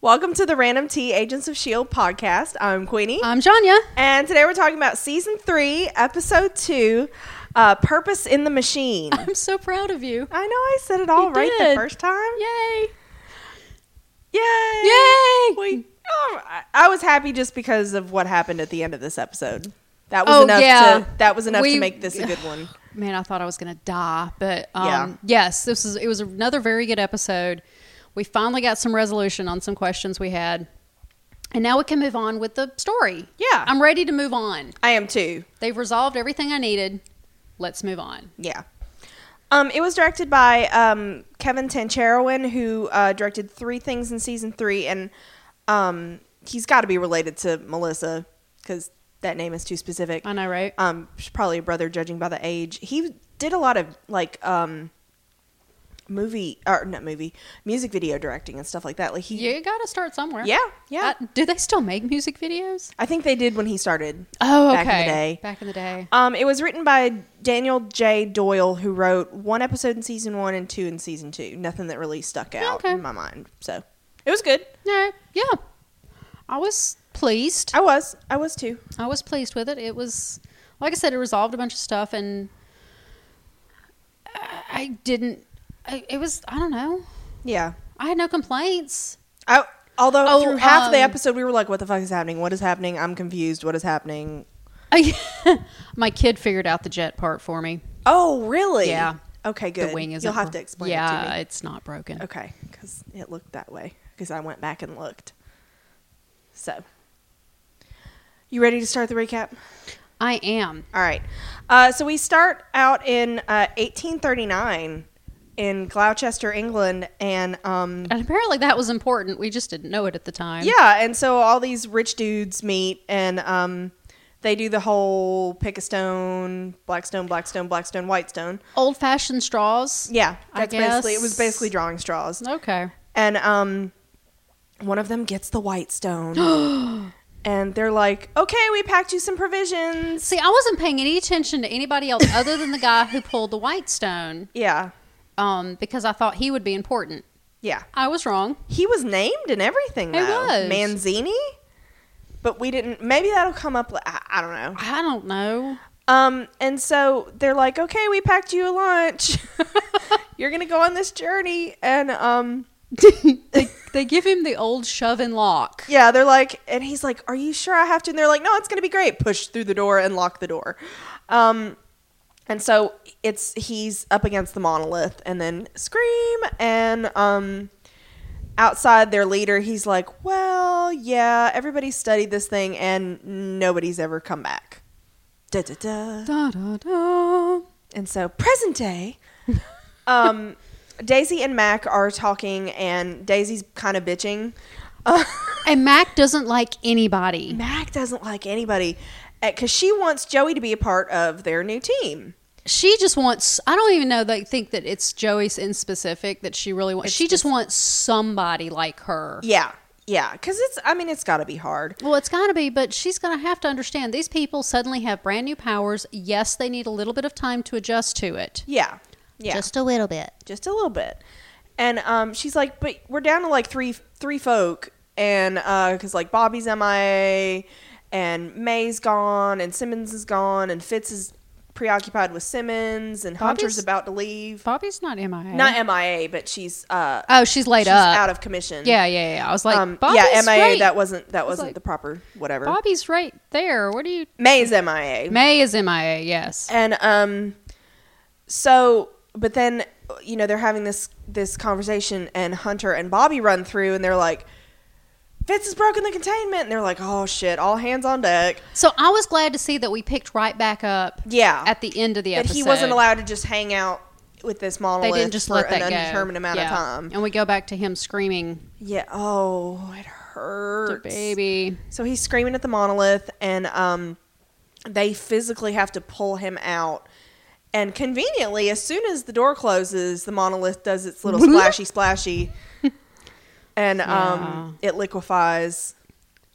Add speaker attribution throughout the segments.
Speaker 1: Welcome to the Random Tea Agents of S.H.I.E.L.D. E podcast. I'm Queenie.
Speaker 2: I'm Janya.
Speaker 1: and today we're talking about season three, episode two uh, Purpose in the Machine. I know
Speaker 2: I'm so proud of you.
Speaker 1: I said it all
Speaker 2: You
Speaker 1: right the
Speaker 2: did.
Speaker 1: first time.
Speaker 2: Yay!
Speaker 1: Yay!
Speaker 2: Yay!
Speaker 1: We, um, I- I was happy just because of what happened at the end of this episode. That was
Speaker 2: Oh,
Speaker 1: enough
Speaker 2: yeah.
Speaker 1: to that was enough to
Speaker 2: We-
Speaker 1: make this a good one.
Speaker 2: Man, I thought I was gonna die, but um,
Speaker 1: Yeah.
Speaker 2: yes, this is. It was another very good episode. We finally got some resolution on some questions we had, and now we can move on with the story.
Speaker 1: Yeah.
Speaker 2: I'm ready to move on.
Speaker 1: I am too.
Speaker 2: They've resolved everything I needed. Let's move on.
Speaker 1: Yeah. Um, it was directed by um, Kevin Tancherowin, who uh, directed three things in season three, and um, he's got to be related to Melissa because that name is too specific.
Speaker 2: I know, right?
Speaker 1: Um, she's probably a brother, judging by the age. He did a lot of like um, movie or not movie, music video directing and stuff like that. Like he,
Speaker 2: you got to start somewhere.
Speaker 1: yeah, yeah.
Speaker 2: Uh, do they still make music videos?
Speaker 1: I think they did when he started.
Speaker 2: Oh,
Speaker 1: Back in the day.
Speaker 2: Back in the day.
Speaker 1: Um, it was written by Daniel J. Doyle, who wrote one episode in season one and two in season two. Nothing that really stuck out
Speaker 2: Okay.
Speaker 1: in my mind. So it was good.
Speaker 2: All right. Yeah. I was pleased.
Speaker 1: I was. I was too.
Speaker 2: I was pleased with it. It was, like I said, it resolved a bunch of stuff, and I- I didn't. I, it was, I don't know.
Speaker 1: Yeah.
Speaker 2: I had no complaints.
Speaker 1: I, although
Speaker 2: Oh,
Speaker 1: through half of the
Speaker 2: um,
Speaker 1: episode, we were like, what the fuck is happening? What is happening? I'm confused. What is happening?
Speaker 2: I, my kid figured out the jet part for me.
Speaker 1: Oh, really?
Speaker 2: Yeah.
Speaker 1: Okay, good.
Speaker 2: The wing is
Speaker 1: You'll have to explain
Speaker 2: Yeah,
Speaker 1: it to me.
Speaker 2: it's not broken.
Speaker 1: Okay, because it looked that way. Because I went back and looked. So, you ready to start the recap?
Speaker 2: I am.
Speaker 1: All right. Uh, so we start out in uh, 1839 in Gloucester, England, and um,
Speaker 2: And apparently that was important. We just didn't know it at the time.
Speaker 1: yeah, and so all these rich dudes meet, and um, they do the whole pick a stone, black stone, black stone, black stone, white stone.
Speaker 2: Old fashioned straws.
Speaker 1: Yeah,
Speaker 2: I
Speaker 1: that's basically it. Was
Speaker 2: guess.
Speaker 1: basically drawing straws,
Speaker 2: Okay.
Speaker 1: and um, one of them gets the white stone, and they're like, "Okay, we packed you some provisions."
Speaker 2: See, I wasn't paying any attention to anybody else other than the guy who pulled the white stone
Speaker 1: Yeah,
Speaker 2: um, because I thought he would be important.
Speaker 1: yeah.
Speaker 2: I was wrong.
Speaker 1: He was named and everything.
Speaker 2: He
Speaker 1: Though.
Speaker 2: was.
Speaker 1: Manzini, but we didn't. Maybe that'll come up. la- I, I don't know.
Speaker 2: I don't know.
Speaker 1: Um, and so they're like, "Okay, we packed you a lunch. You're gonna go on this journey." And um,
Speaker 2: they, they give him the old shove and lock.
Speaker 1: yeah, they're like, and he's like, "Are you sure I have to?" And they're like, "No, it's gonna be great." Push through the door and lock the door. Um, and so it's he's up against the monolith, and then scream and um. outside their leader, he's like, "Well, yeah, everybody studied this thing, and nobody's ever come back." Da da da.
Speaker 2: Da, da, da.
Speaker 1: And so, present day, um, Daisy and Mac are talking, and Daisy's kind of bitching. Uh,
Speaker 2: And Mac doesn't like anybody.
Speaker 1: Mac doesn't like anybody because she wants Joey to be a part of their new team.
Speaker 2: She just wants, I don't even know, they think that it's Joey in specific that she really wants. She just wants somebody like her.
Speaker 1: Yeah, yeah, because it's. I mean, it's got to be hard.
Speaker 2: Well, it's got to be, but she's going to have to understand these people suddenly have brand new powers. Yes, they need a little bit of time to adjust to it.
Speaker 1: Yeah, yeah.
Speaker 2: Just a little bit.
Speaker 1: just a little bit. And um, she's like, but we're down to like three three folk, and because like Bobby's MIA, and May's gone, and Simmons is gone, and Fitz is preoccupied with Simmons, and Hunter's
Speaker 2: Bobby's-
Speaker 1: about to leave.
Speaker 2: Bobby's not MIA.
Speaker 1: Not MIA, but she's uh,
Speaker 2: oh, she's laid
Speaker 1: she's
Speaker 2: up.
Speaker 1: out of commission.
Speaker 2: yeah, yeah, yeah. I was like,
Speaker 1: um,
Speaker 2: Bobby's
Speaker 1: yeah, MIA.
Speaker 2: right.
Speaker 1: That wasn't that wasn't
Speaker 2: like-
Speaker 1: the proper whatever.
Speaker 2: Bobby's right there. What do you
Speaker 1: May's MIA.
Speaker 2: May is MIA, yes.
Speaker 1: and um so but then you know they're having this this conversation and hunter and bobby run through and they're like fitz has broken the containment and they're like oh shit all hands on deck
Speaker 2: So I was glad to see that we picked right back up
Speaker 1: yeah
Speaker 2: at the end of the
Speaker 1: that
Speaker 2: episode.
Speaker 1: he wasn't allowed to just hang out with this
Speaker 2: They
Speaker 1: monolith
Speaker 2: didn't just
Speaker 1: for
Speaker 2: let
Speaker 1: an
Speaker 2: that go.
Speaker 1: undetermined amount of
Speaker 2: Yeah.
Speaker 1: time
Speaker 2: And we go back to him screaming,
Speaker 1: yeah oh it hurts
Speaker 2: baby.
Speaker 1: So he's screaming at the monolith, and um, they physically have to pull him out. And conveniently, as soon as the door closes, the monolith does its little splashy splashy, and um, it liquefies.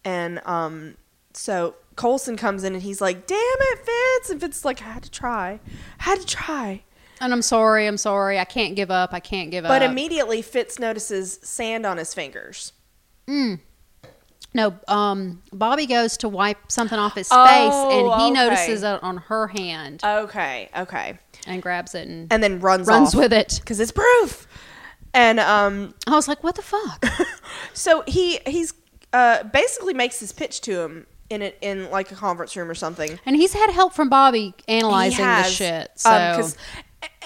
Speaker 1: And um, so Colson comes in and he's like, "Damn it, Fitz!" And Fitz is like, "I had to try, I had to try."
Speaker 2: And I'm sorry, I'm sorry. I can't give up. I can't give
Speaker 1: But
Speaker 2: up.
Speaker 1: immediately, Fitz notices sand on his fingers.
Speaker 2: No, um, Bobby goes to wipe something off his face,
Speaker 1: Oh,
Speaker 2: and he
Speaker 1: okay.
Speaker 2: notices it on her hand
Speaker 1: Okay, okay.
Speaker 2: and grabs it and,
Speaker 1: And then runs
Speaker 2: runs with it.
Speaker 1: because it's proof. And um,
Speaker 2: I was like, "What the fuck?"
Speaker 1: so he he's uh basically makes his pitch to him in it in like a conference room or something.
Speaker 2: and he's had help from Bobby
Speaker 1: He
Speaker 2: analyzing the
Speaker 1: has,
Speaker 2: shit. So
Speaker 1: um, 'cause-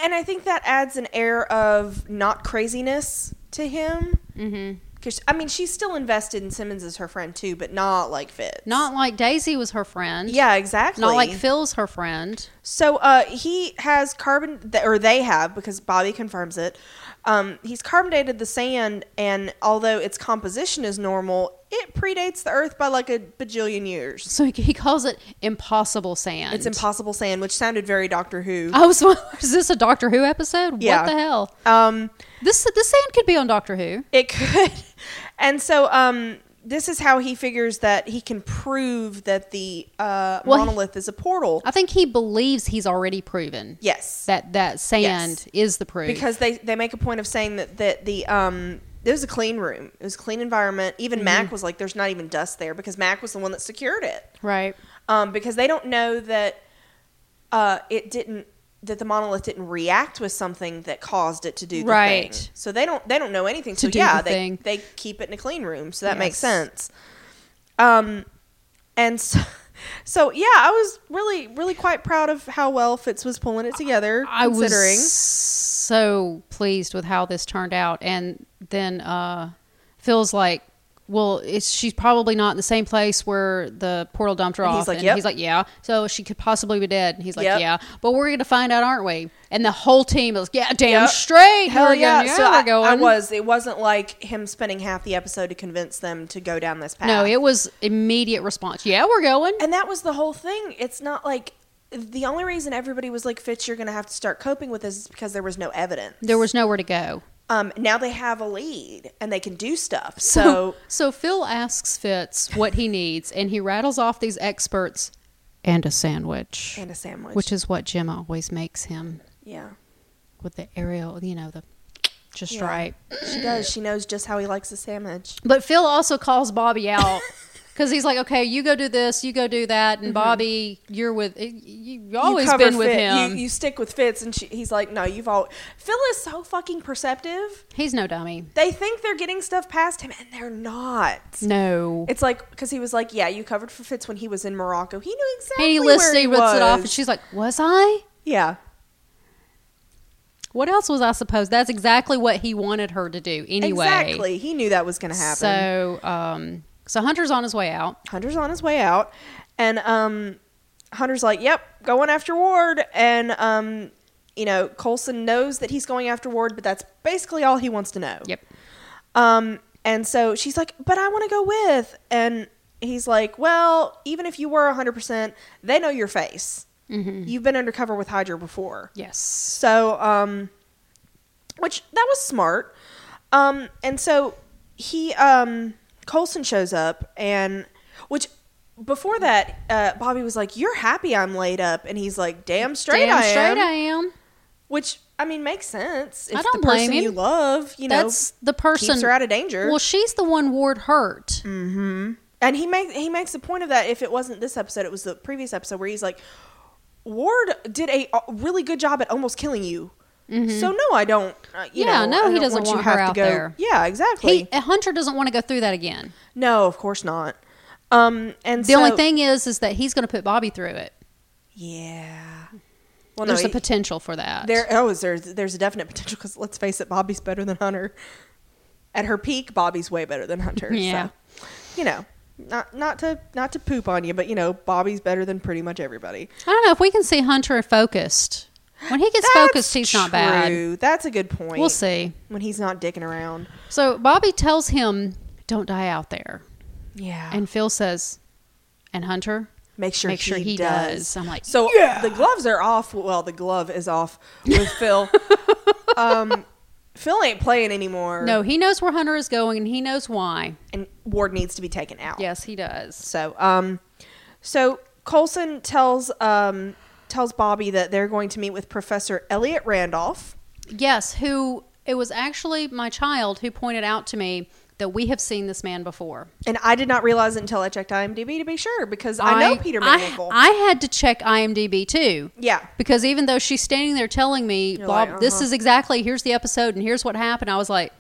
Speaker 1: and I think that adds an air of not craziness to him. Mm-hmm. Because I mean, she's still invested in Simmons as her friend too, but not like Fitz.
Speaker 2: not like Daisy was her friend.
Speaker 1: yeah, exactly.
Speaker 2: Not like Phil's her friend.
Speaker 1: So uh, he has carbon, th- or they have, because Bobby confirms it. Um, he's carbonated the sand, and although its composition is normal, it predates the Earth by like a bajillion years.
Speaker 2: So he, he calls it impossible sand.
Speaker 1: It's impossible sand, which sounded very Doctor Who.
Speaker 2: I was wondering, is this a Doctor Who episode?
Speaker 1: Yeah.
Speaker 2: What the hell?
Speaker 1: Um,
Speaker 2: This this sand could be on Doctor Who.
Speaker 1: It could. And so um this is how he figures that he can prove that the uh,
Speaker 2: Well, he- Uh-huh.
Speaker 1: monolith is a portal.
Speaker 2: I think he believes he's already proven
Speaker 1: yes.
Speaker 2: that that sand is the proof.
Speaker 1: Because they, they make a point of saying that, that the um it was a clean room. It was a clean environment. Even
Speaker 2: Mm-hmm.
Speaker 1: Mac was like, there's not even dust there because Mac was the one that secured it.
Speaker 2: right.
Speaker 1: Um, because they don't know that uh, it didn't that the monolith didn't react with something that caused it to do the
Speaker 2: Right.
Speaker 1: thing. So they don't they don't know anything. so
Speaker 2: do
Speaker 1: yeah,
Speaker 2: the
Speaker 1: they
Speaker 2: thing.
Speaker 1: they keep it in a clean room. So that makes
Speaker 2: Yes.
Speaker 1: sense. Um, and so, so yeah, I was really really quite proud of how well Fitz was pulling it together.
Speaker 2: I
Speaker 1: considering.
Speaker 2: was so pleased with how this turned out, and then uh, feels like, well, it's she's probably not in the same place where the portal dumped her
Speaker 1: And
Speaker 2: off.
Speaker 1: he's like, "Yep."
Speaker 2: he's like, yeah. So she could possibly be dead. And he's like,
Speaker 1: Yep.
Speaker 2: yeah. But we're gonna find out, aren't we? And the whole team was, yeah, damn
Speaker 1: Yep.
Speaker 2: straight.
Speaker 1: Hell
Speaker 2: We're
Speaker 1: yeah!
Speaker 2: gonna-
Speaker 1: so
Speaker 2: we're
Speaker 1: I,
Speaker 2: going.
Speaker 1: I was. It wasn't like him spending half the episode to convince them to go down this path.
Speaker 2: No, it was immediate response. Yeah, we're going.
Speaker 1: And that was the whole thing. It's not like the only reason everybody was like, Fitz, you're going to have to start coping with this is because there was no evidence.
Speaker 2: There was nowhere to go.
Speaker 1: Um, now they have a lead and they can do stuff. So,
Speaker 2: so Phil asks Fitz what he needs, and he rattles off these experts and a sandwich,
Speaker 1: and a sandwich.
Speaker 2: which is what Jim always makes him
Speaker 1: yeah.
Speaker 2: with the aerial, you know, the just
Speaker 1: Yeah.
Speaker 2: right.
Speaker 1: She does. She knows just how he likes a sandwich.
Speaker 2: But Phil also calls Bobby out. Because he's like, okay, you go do this, you go do that, and Bobby, you're with, you, you've always
Speaker 1: Mm-hmm. cover
Speaker 2: been with
Speaker 1: Fit-
Speaker 2: him.
Speaker 1: You, you stick with Fitz, and she, he's like, "No, you've all." Phil is so fucking perceptive.
Speaker 2: He's no dummy.
Speaker 1: They think they're getting stuff past him, and they're not.
Speaker 2: No.
Speaker 1: It's like because he was like, "Yeah, you covered for Fitz when he was in Morocco. He knew exactly
Speaker 2: And he
Speaker 1: where
Speaker 2: lists,
Speaker 1: he
Speaker 2: he rips
Speaker 1: was."
Speaker 2: it off, and she's like, was I?
Speaker 1: yeah,
Speaker 2: What else was I supposed? That's exactly what he wanted her to do anyway.
Speaker 1: Exactly. He knew that was going to happen.
Speaker 2: So, um, so Hunter's on his way out.
Speaker 1: Hunter's on his way out, and um, Hunter's like, "Yep, going after Ward." And um, you know, Colson knows that he's going after Ward, but that's basically all he wants to know.
Speaker 2: Yep.
Speaker 1: Um, and so she's like, "But I want to go with." And he's like, "Well, even if you were hundred percent, they know your face.
Speaker 2: Mm-hmm.
Speaker 1: You've been undercover with Hydra before."
Speaker 2: Yes.
Speaker 1: So, um, which that was smart. Um, and so he, um, Colson shows up, and which before that, uh, Bobby was like, "You're happy I'm laid up," and he's like, "Damn straight,
Speaker 2: Damn
Speaker 1: I
Speaker 2: straight
Speaker 1: am."
Speaker 2: I am.
Speaker 1: Which I mean makes sense. It's
Speaker 2: I don't
Speaker 1: the person
Speaker 2: blame him.
Speaker 1: you love, you
Speaker 2: That's
Speaker 1: know,
Speaker 2: the person
Speaker 1: keeps her out of danger. Mm,
Speaker 2: Well, she's the one Ward hurt.
Speaker 1: and he makes he makes the point of that. If it wasn't this episode, it was the previous episode where he's like, "Ward did a uh, really good job at almost killing you." So no, I don't. Uh, you
Speaker 2: Mm-hmm. Yeah,
Speaker 1: know,
Speaker 2: no,
Speaker 1: I
Speaker 2: he
Speaker 1: don't
Speaker 2: doesn't
Speaker 1: you
Speaker 2: want her
Speaker 1: have to
Speaker 2: out
Speaker 1: go-
Speaker 2: there.
Speaker 1: Yeah, exactly.
Speaker 2: He uh, Hunter doesn't want to go through that again.
Speaker 1: no, of course not. Um, and
Speaker 2: The
Speaker 1: so,
Speaker 2: only thing is, is that he's going to put Bobby through it.
Speaker 1: yeah. Well,
Speaker 2: There's
Speaker 1: no,
Speaker 2: a
Speaker 1: he-
Speaker 2: potential for that.
Speaker 1: there. Oh, is there? There's a definite potential because let's face it, Bobby's better than Hunter. At her peak, Bobby's way better than Hunter.
Speaker 2: Yeah.
Speaker 1: So, you know, not not to not to poop on you, but you know, Bobby's better than pretty much everybody.
Speaker 2: I don't know if we can see Hunter focused. When he gets focused, he's not bad.
Speaker 1: true. That's a good point.
Speaker 2: We'll see.
Speaker 1: when he's not dicking around.
Speaker 2: So Bobby tells him, "Don't die out there,"
Speaker 1: Yeah, and
Speaker 2: and Phil says, "And Hunter,
Speaker 1: make sure
Speaker 2: make
Speaker 1: he
Speaker 2: sure he
Speaker 1: does.
Speaker 2: does. I'm like,
Speaker 1: so the gloves are off. Well, the glove is off with Phil. um, Phil ain't playing anymore.
Speaker 2: No, he knows where Hunter is going and he knows why.
Speaker 1: and Ward needs to be taken out.
Speaker 2: Yes, he does.
Speaker 1: So, um, so Colson tells um tells Bobby that they're going to meet with Professor Elliot Randolph.
Speaker 2: Yes, who it was actually my child who pointed out to me that we have seen this man before.
Speaker 1: And I did not realize it until I checked IMDb to be sure because I, know Peter
Speaker 2: I-
Speaker 1: McNichol.
Speaker 2: I, had to check IMDb too.
Speaker 1: yeah.
Speaker 2: Because even though she's standing there telling me,
Speaker 1: You're
Speaker 2: blah,
Speaker 1: like,
Speaker 2: this
Speaker 1: uh-huh.
Speaker 2: is exactly, here's the episode and here's what happened, I was like,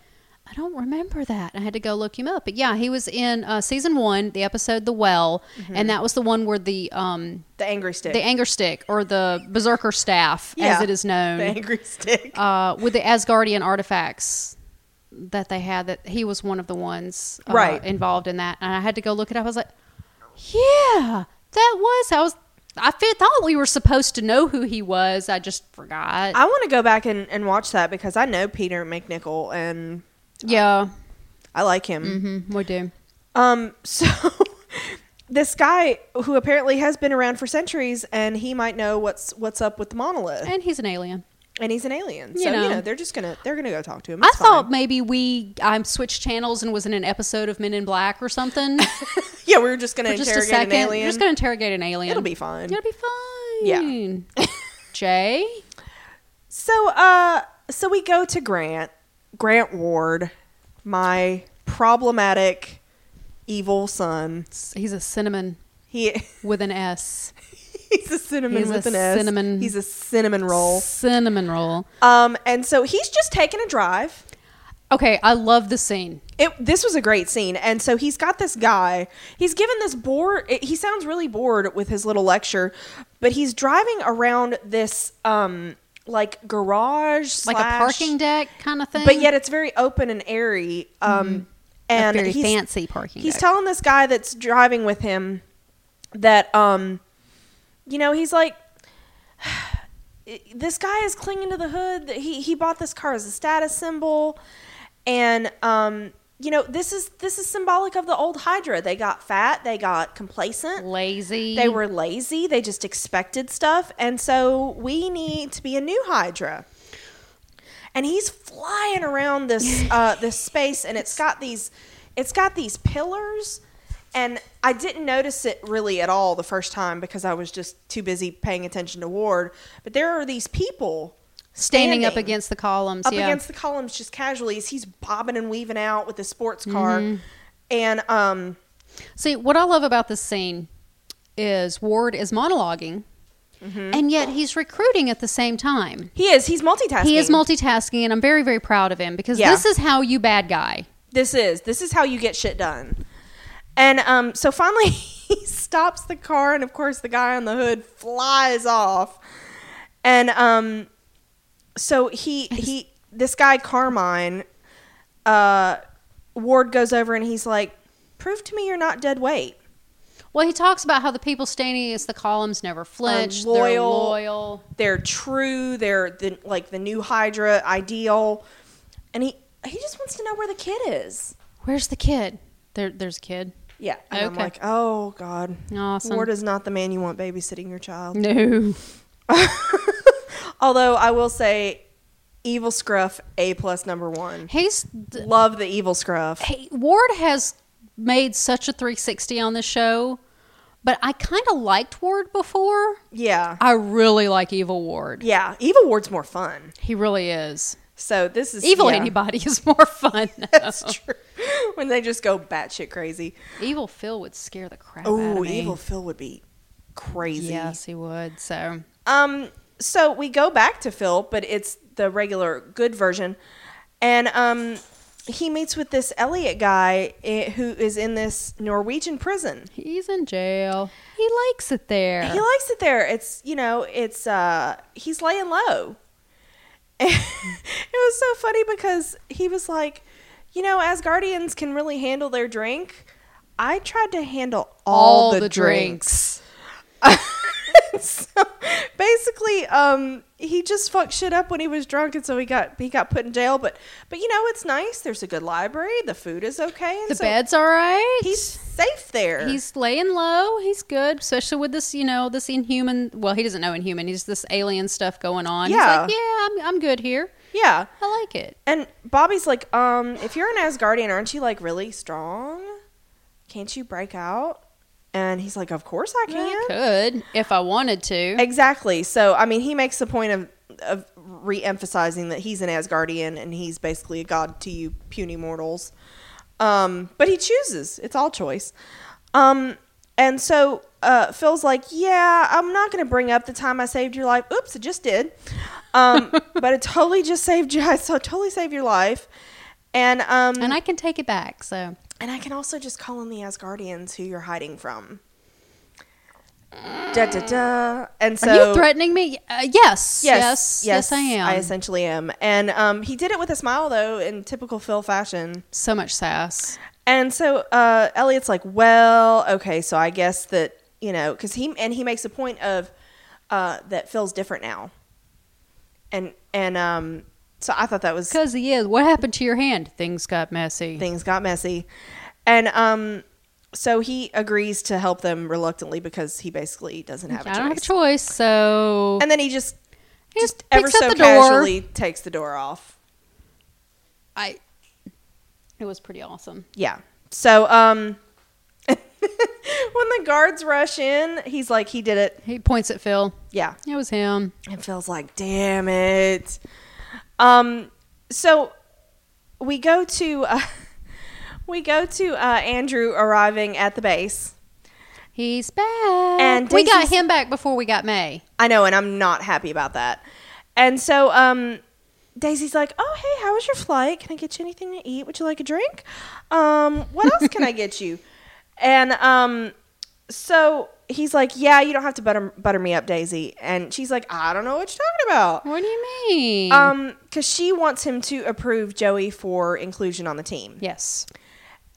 Speaker 2: I don't remember that. I had to go look him up. But yeah, he was in uh, season one, the episode The Well,
Speaker 1: Mm-hmm.
Speaker 2: and that was the one where the um,
Speaker 1: The angry stick.
Speaker 2: the anger stick or the berserker staff, as
Speaker 1: Yeah.
Speaker 2: it is known,
Speaker 1: The angry stick.
Speaker 2: uh, with the Asgardian artifacts that they had, that he was one of the ones uh,
Speaker 1: Right.
Speaker 2: involved in that. And I had to go look it up. I was like, yeah, that was. I was. I fe- thought we were supposed to know who he was. I just forgot.
Speaker 1: I want to go back and, and watch that because I know Peter McNichol and
Speaker 2: yeah,
Speaker 1: I like him.
Speaker 2: mm-hmm, we do.
Speaker 1: Um, so this guy who apparently has been around for centuries and he might know what's what's up with the monolith,
Speaker 2: And he's an alien.
Speaker 1: and he's an alien.
Speaker 2: You
Speaker 1: so
Speaker 2: know.
Speaker 1: you know they're just gonna they're gonna go talk to him.
Speaker 2: I
Speaker 1: It's fine.
Speaker 2: thought maybe we I switched channels and was in an episode of Men in Black or something
Speaker 1: yeah, we were just gonna
Speaker 2: for just a
Speaker 1: interrogate
Speaker 2: second.
Speaker 1: an alien.
Speaker 2: We're just gonna interrogate an alien.
Speaker 1: It'll be fine.
Speaker 2: It'll be fine.
Speaker 1: Yeah.
Speaker 2: Jay.
Speaker 1: So uh, so we go to Grant Grant Ward, my problematic evil son.
Speaker 2: He's a cinnamon
Speaker 1: He.
Speaker 2: with an S.
Speaker 1: He's a cinnamon
Speaker 2: He's
Speaker 1: with
Speaker 2: a
Speaker 1: an S.
Speaker 2: cinnamon-
Speaker 1: He's a cinnamon roll.
Speaker 2: Cinnamon roll.
Speaker 1: Um, and so he's just taking a drive.
Speaker 2: Okay, I love the scene.
Speaker 1: It, this was a great scene. And so he's got this guy. He's given this bored. It, he sounds really bored with his little lecture, but he's driving around this um like garage,
Speaker 2: Like
Speaker 1: slash-
Speaker 2: a parking deck kind of thing.
Speaker 1: but yet it's very open and airy. Um, and
Speaker 2: Mm-hmm. very
Speaker 1: he's-
Speaker 2: fancy parking
Speaker 1: He's
Speaker 2: deck.
Speaker 1: telling this guy that's driving with him that um, you know, he's like. This guy is clinging to the hood. He he bought this car as a status symbol, and um, you know this is this is symbolic of the old Hydra. They got fat. They got complacent.
Speaker 2: lazy.
Speaker 1: They were lazy. They just expected stuff. And so we need to be a new Hydra. And he's flying around this uh, this space, and it's got these it's got these pillars. And I didn't notice it really at all the first time because I was just too busy paying attention to Ward. But there are these people
Speaker 2: standing, up against the columns.
Speaker 1: up
Speaker 2: yeah.
Speaker 1: against the columns just casually as he's bobbing and weaving out with his sports car.
Speaker 2: Mm-hmm.
Speaker 1: And um,
Speaker 2: See, what I love about this scene is Ward is monologuing,
Speaker 1: Mm-hmm.
Speaker 2: and yet he's recruiting at the same time.
Speaker 1: he is he's multitasking.
Speaker 2: He is multitasking, and I'm very, very proud of him because
Speaker 1: Yeah.
Speaker 2: this is how you bad guy.
Speaker 1: this is this is how you get shit done and um so finally he stops the car and of course the guy on the hood flies off and um so he he this guy carmine uh ward goes over and he's like prove to me you're not dead weight
Speaker 2: Well, he talks about how the people standing against the columns never flinch. They're
Speaker 1: loyal.
Speaker 2: loyal.
Speaker 1: they're true they're the, like the new hydra ideal and he he just wants to know where the kid is
Speaker 2: Where's the kid? There, there's a kid.
Speaker 1: yeah and i'm
Speaker 2: Okay.
Speaker 1: like oh god
Speaker 2: Awesome. Mm.
Speaker 1: ward is not the man you want babysitting your child
Speaker 2: no.
Speaker 1: Although I will say, Evil Scruff A plus number one.
Speaker 2: He's
Speaker 1: Love the Evil Scruff.
Speaker 2: hey, Ward has made such a 360 on this show, but I kind of liked Ward before.
Speaker 1: Yeah,
Speaker 2: I really like Evil Ward.
Speaker 1: yeah. Evil Ward's more fun.
Speaker 2: He really is.
Speaker 1: So this is
Speaker 2: Evil
Speaker 1: yeah.
Speaker 2: anybody is more fun.
Speaker 1: That's true. When they just go batshit crazy.
Speaker 2: evil Phil would scare the crap out of
Speaker 1: Oh,
Speaker 2: me.
Speaker 1: Evil Phil would be crazy.
Speaker 2: Yes, he would. So
Speaker 1: Um. So we go back to Phil, but it's the regular good version, and um, he meets with this Elliot guy eh, who is in this Norwegian prison.
Speaker 2: he's in jail. He likes it there.
Speaker 1: He likes it there. It's you know, it's uh he's laying low. it was so funny because he was like, you know, Asgardians can really handle their drink. I tried to handle all, the, drinks. so basically, um, he just fucked shit up when he was drunk, and so he got he got put in jail. But but you know, it's nice. There's a good library. The food is okay. And
Speaker 2: The
Speaker 1: so
Speaker 2: bed's all right.
Speaker 1: He's safe there.
Speaker 2: He's laying low. He's good, especially with this, you know, this inhuman. Well, he doesn't know inhuman. He's this alien stuff going on.
Speaker 1: Yeah.
Speaker 2: He's like, yeah, I'm, I'm good here.
Speaker 1: yeah.
Speaker 2: I like it.
Speaker 1: And Bobby's like, um, if you're an Asgardian, aren't you like really strong? Can't you break out? And he's like, of course I
Speaker 2: I
Speaker 1: can.
Speaker 2: could if I wanted to.
Speaker 1: Exactly. So I mean, he makes the point of of re-emphasizing that he's an Asgardian and he's basically a god to you puny mortals. Um, but he chooses. It's all choice. Um, and so uh, Phil's like, "Yeah, I'm not going to bring up the time I saved your life. Oops, I just did. Um, but it totally just saved you. I so totally saved your life." And um,
Speaker 2: And I can take it back. So
Speaker 1: and I can also just call in the Asgardians who you're hiding from. Da da da. And so
Speaker 2: Mm. Are you threatening me? Uh, yes, yes. Yes. Yes, I am.
Speaker 1: I essentially am. And um, he did it with a smile though, in typical Phil fashion.
Speaker 2: so much sass.
Speaker 1: And so uh, Elliot's like, well, okay, so I guess that you know, because he and he makes a point of uh, that Phil's different now. And and um, so I thought that was
Speaker 2: Because he is. What happened to your hand? Things got messy.
Speaker 1: things got messy. And um so he agrees to help them reluctantly because he basically doesn't have a
Speaker 2: I
Speaker 1: choice.
Speaker 2: don't have a choice. So
Speaker 1: And then he just
Speaker 2: He
Speaker 1: just
Speaker 2: just
Speaker 1: ever
Speaker 2: picks up
Speaker 1: so
Speaker 2: the door.
Speaker 1: casually takes the door off.
Speaker 2: I. It was pretty awesome.
Speaker 1: Yeah. So um when the guards rush in, he's like he did it.
Speaker 2: He points at Phil.
Speaker 1: Yeah.
Speaker 2: It was him.
Speaker 1: And Phil's like, damn it. Um, so we go to uh, we go to uh, Andrew arriving at the base.
Speaker 2: He's back.
Speaker 1: And
Speaker 2: we got
Speaker 1: Daisy's-
Speaker 2: him back before we got May.
Speaker 1: I know, and I'm not happy about that. And so um, Daisy's like, "Oh, hey, how was your flight? Can I get you anything to eat? Would you like a drink? Um, what else can I get you?" And um, so he's like, "Yeah, you don't have to butter butter me up, Daisy." And she's like, "I don't know what you're talking about."
Speaker 2: What do you mean?
Speaker 1: Um, because she wants him to approve Joey for inclusion on the team.
Speaker 2: yes.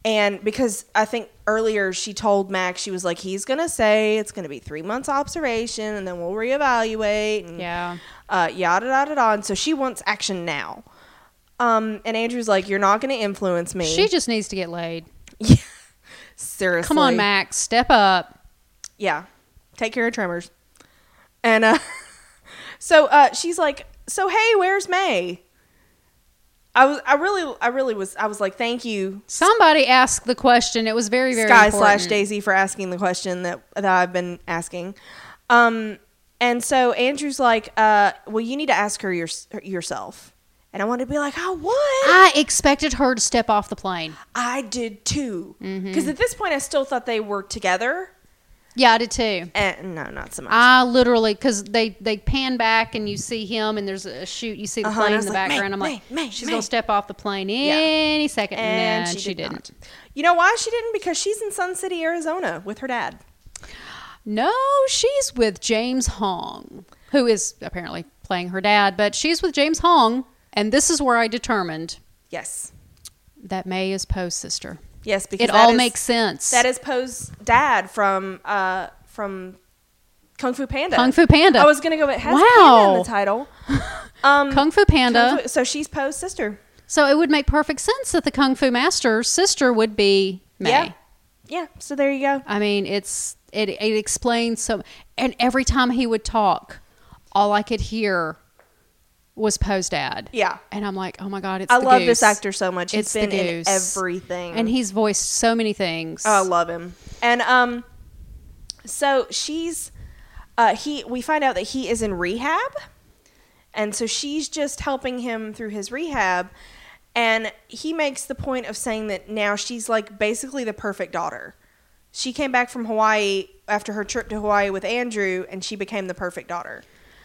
Speaker 1: And because I think earlier she told Max, she was like, he's going to say it's going to be three months observation and then we'll reevaluate. And,
Speaker 2: Yeah.
Speaker 1: Uh, yada, yada, yada. And so she wants action now. Um, and Andrew's like, you're not going to influence me.
Speaker 2: She just needs to get laid.
Speaker 1: yeah. Seriously.
Speaker 2: Come on, Max. Step up.
Speaker 1: Yeah. Take care of tremors. And uh, so uh, she's like, so hey, where's May? I was, I really, I really was, I was like, thank you,
Speaker 2: Somebody asked the question. It was very, very
Speaker 1: Sky
Speaker 2: important.
Speaker 1: slash Daisy for asking the question that that I've been asking. Um, and so Andrew's like, uh, well, you need to ask her your, yourself. And I wanted to be like, oh, what?
Speaker 2: I expected her to step off the plane.
Speaker 1: I did too.
Speaker 2: Mm-hmm.
Speaker 1: Because at this point, I still thought they were together.
Speaker 2: Yeah, I did too.
Speaker 1: And no, not so much.
Speaker 2: I literally because they they pan back and you see him and there's a shoot. You see the
Speaker 1: Uh-huh, and
Speaker 2: plane
Speaker 1: I
Speaker 2: in
Speaker 1: was
Speaker 2: the
Speaker 1: like, "May,
Speaker 2: background. I'm like,
Speaker 1: May, May,
Speaker 2: she's
Speaker 1: May."
Speaker 2: gonna step off the plane
Speaker 1: Yeah.
Speaker 2: any second, and,
Speaker 1: and
Speaker 2: then she, didn't.
Speaker 1: not. You know why she didn't? Because she's in Sun City, Arizona, with her dad.
Speaker 2: No, she's with James Hong, who is apparently playing her dad, but she's with James Hong, and this is where I determined
Speaker 1: Yes,
Speaker 2: that May is Poe's sister.
Speaker 1: yes, because
Speaker 2: It
Speaker 1: that
Speaker 2: all
Speaker 1: is-
Speaker 2: makes sense.
Speaker 1: That is Poe's dad from uh from Kung Fu Panda.
Speaker 2: Kung Fu Panda.
Speaker 1: I was gonna go. It has
Speaker 2: Wow.
Speaker 1: Panda in the title. Um,
Speaker 2: Kung Fu Panda.
Speaker 1: Kung Fu- so she's Poe's sister.
Speaker 2: so it would make perfect sense that the Kung Fu Master's sister would be May.
Speaker 1: Yeah. Yeah. So there you go.
Speaker 2: I mean, it's it it explains so. And every time he would talk, all I could hear was Poe's dad.
Speaker 1: Yeah.
Speaker 2: and I'm like, oh my god, it's
Speaker 1: I
Speaker 2: the
Speaker 1: love
Speaker 2: goose.
Speaker 1: this actor so much. He's
Speaker 2: It's the
Speaker 1: been in
Speaker 2: goose.
Speaker 1: everything,
Speaker 2: and he's voiced so many things.
Speaker 1: Oh, I love him. And um, so she's uh, he. We find out that he is in rehab, and so she's just helping him through his rehab. And he makes the point of saying that now she's like basically the perfect daughter. She came back from Hawaii after her trip to Hawaii with Andrew, and she became the perfect daughter.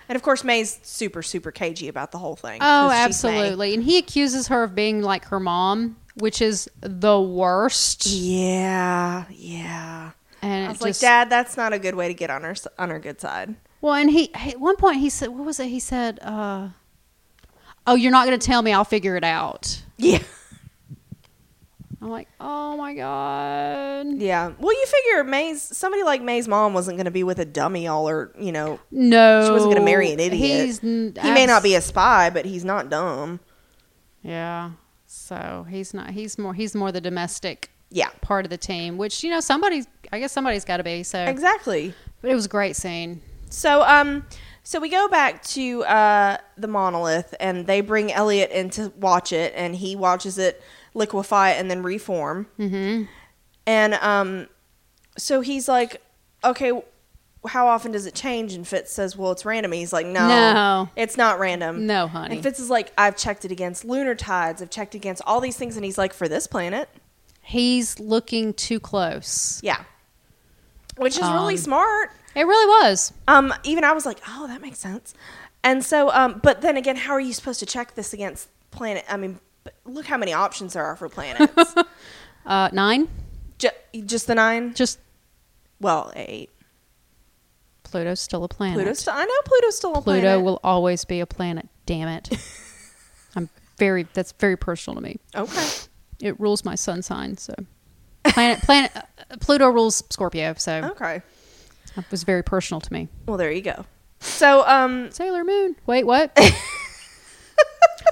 Speaker 1: And of course, May's super, super cagey about the whole thing.
Speaker 2: Oh,
Speaker 1: 'cause she's May.
Speaker 2: absolutely. And he accuses her of being like her mom, which is the worst.
Speaker 1: Yeah, yeah.
Speaker 2: And
Speaker 1: I was
Speaker 2: it
Speaker 1: like,
Speaker 2: just-
Speaker 1: Dad, that's not a good way to get on her s- on her good side.
Speaker 2: Well, and he he- at one point he said, "What was it?" He said, uh, "Oh, you're not going to tell me. I'll figure it out."
Speaker 1: Yeah,
Speaker 2: I'm like, "Oh my god."
Speaker 1: yeah. Well, you figure May's somebody like May's mom wasn't going to be with a dummy all or you know
Speaker 2: No,
Speaker 1: she wasn't going to marry an idiot.
Speaker 2: Oh, He's
Speaker 1: he may not be a spy, but he's not dumb.
Speaker 2: Yeah. So he's not. He's more. He's more the domestic
Speaker 1: Yeah,
Speaker 2: part of the team, which you know somebody's. I guess somebody's got to be. So,
Speaker 1: exactly.
Speaker 2: but it was a great scene.
Speaker 1: So um, so we go back to uh the monolith, and they bring Elliot in to watch it, and he watches it liquefy and then reform.
Speaker 2: Mm-hmm.
Speaker 1: And um, so he's like, okay, how often does it change? And Fitz says, well, it's random. And he's like, no,
Speaker 2: No.
Speaker 1: it's not random.
Speaker 2: No, honey.
Speaker 1: And Fitz is like, I've checked it against lunar tides. I've checked against all these things. And he's like, for this planet.
Speaker 2: he's looking too close.
Speaker 1: Yeah. Which is really
Speaker 2: Um,
Speaker 1: smart.
Speaker 2: It really was.
Speaker 1: Um, even I was like, oh, that makes sense. And so, um, but then again, how are you supposed to check this against planet? I mean, but look how many options there are for planets.
Speaker 2: Uh, nine,
Speaker 1: Ju- just the nine?
Speaker 2: just
Speaker 1: Well, eight.
Speaker 2: Pluto's still a planet.
Speaker 1: Pluto's still, I know Pluto's still a
Speaker 2: Pluto
Speaker 1: planet.
Speaker 2: will always be a planet. Damn it. I'm very. That's very personal to me.
Speaker 1: Okay.
Speaker 2: It rules my sun sign. So, planet, planet, uh, Pluto rules Scorpio. So
Speaker 1: Okay.
Speaker 2: it was very personal to me.
Speaker 1: Well, there you go. So, um,
Speaker 2: Sailor Moon. Wait, what?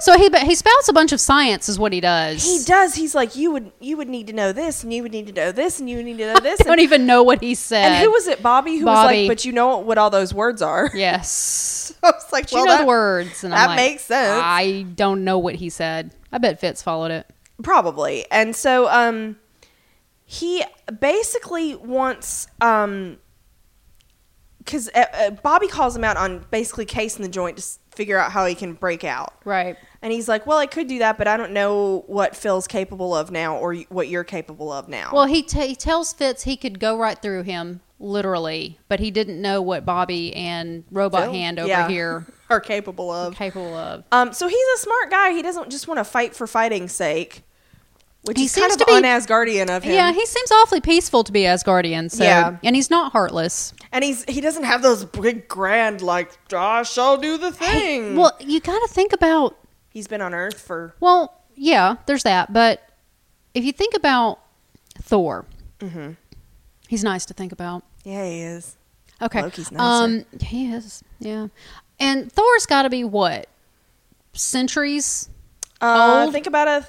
Speaker 2: so he he spouts a bunch of science, is what he does.
Speaker 1: he does. He's like, you would, you would need to know this, and you would need to know this, and you would need to know this.
Speaker 2: I don't
Speaker 1: And,
Speaker 2: even know what he said.
Speaker 1: and who was it, Bobby? Who was
Speaker 2: Bobby.
Speaker 1: like, but you know what all those words are?
Speaker 2: Yes.
Speaker 1: I was like,
Speaker 2: Do
Speaker 1: well,
Speaker 2: you know
Speaker 1: that-
Speaker 2: the words? And
Speaker 1: that
Speaker 2: I'm like,
Speaker 1: makes sense.
Speaker 2: I don't know what he said. I bet Fitz followed it.
Speaker 1: probably and so um he basically wants um because uh, uh, bobby calls him out on basically casing the joint to s- figure out how he can break out
Speaker 2: Right.
Speaker 1: and he's like well i could do that but i don't know what phil's capable of now or y- what you're capable of now
Speaker 2: Well, he, t- he tells Fitz he could go right through him, literally, but he didn't know what Bobby and Robot
Speaker 1: Phil?
Speaker 2: Hand over
Speaker 1: Yeah.
Speaker 2: here
Speaker 1: are capable of
Speaker 2: capable of.
Speaker 1: um so he's a smart guy he doesn't just want to fight for fighting's sake which
Speaker 2: He
Speaker 1: is kind
Speaker 2: seems
Speaker 1: of
Speaker 2: to be-
Speaker 1: un-asgardian of him
Speaker 2: Yeah, he seems awfully peaceful to be Asgardian. So,
Speaker 1: Yeah.
Speaker 2: and he's not heartless.
Speaker 1: and he's he doesn't have those big grand like i shall do the thing
Speaker 2: Hey, well, you got to think about
Speaker 1: He's been on Earth for
Speaker 2: Well, yeah, there's that. But if you think about Thor,
Speaker 1: Mm-hmm.
Speaker 2: he's nice to think about.
Speaker 1: yeah, he is.
Speaker 2: Okay,
Speaker 1: Loki's nicer.
Speaker 2: Um, he is, yeah. And Thor's got to be what centuries
Speaker 1: Uh,
Speaker 2: Old?
Speaker 1: think about a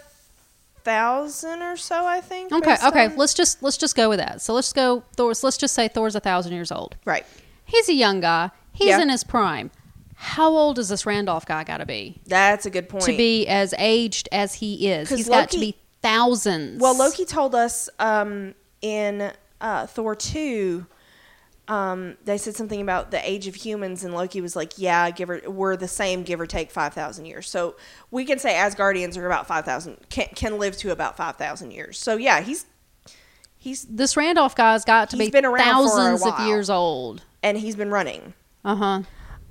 Speaker 1: thousand or so. I think.
Speaker 2: Okay,
Speaker 1: based
Speaker 2: okay.
Speaker 1: on-
Speaker 2: Let's just let's just go with that. So let's go Thor's. Let's just say Thor's a thousand years old.
Speaker 1: right.
Speaker 2: He's a young guy. He's
Speaker 1: Yeah.
Speaker 2: in his prime. How old does this Randolph guy got to be
Speaker 1: That's a good point.
Speaker 2: to be as aged as he is?
Speaker 1: 'Cause
Speaker 2: He's got to
Speaker 1: Loki-
Speaker 2: be thousands.
Speaker 1: well, Loki told us um, in uh, Thor two. Um, they said something about the age of humans, and Loki was like, "Yeah, give or we're the same, give or take five thousand years." So we can say Asgardians are about five thousand can can live to about five thousand years. So yeah, he's he's
Speaker 2: This Randolph guy's got to
Speaker 1: He's
Speaker 2: be
Speaker 1: been around for a
Speaker 2: thousands of
Speaker 1: while.
Speaker 2: years old.
Speaker 1: and he's been running.
Speaker 2: Uh huh.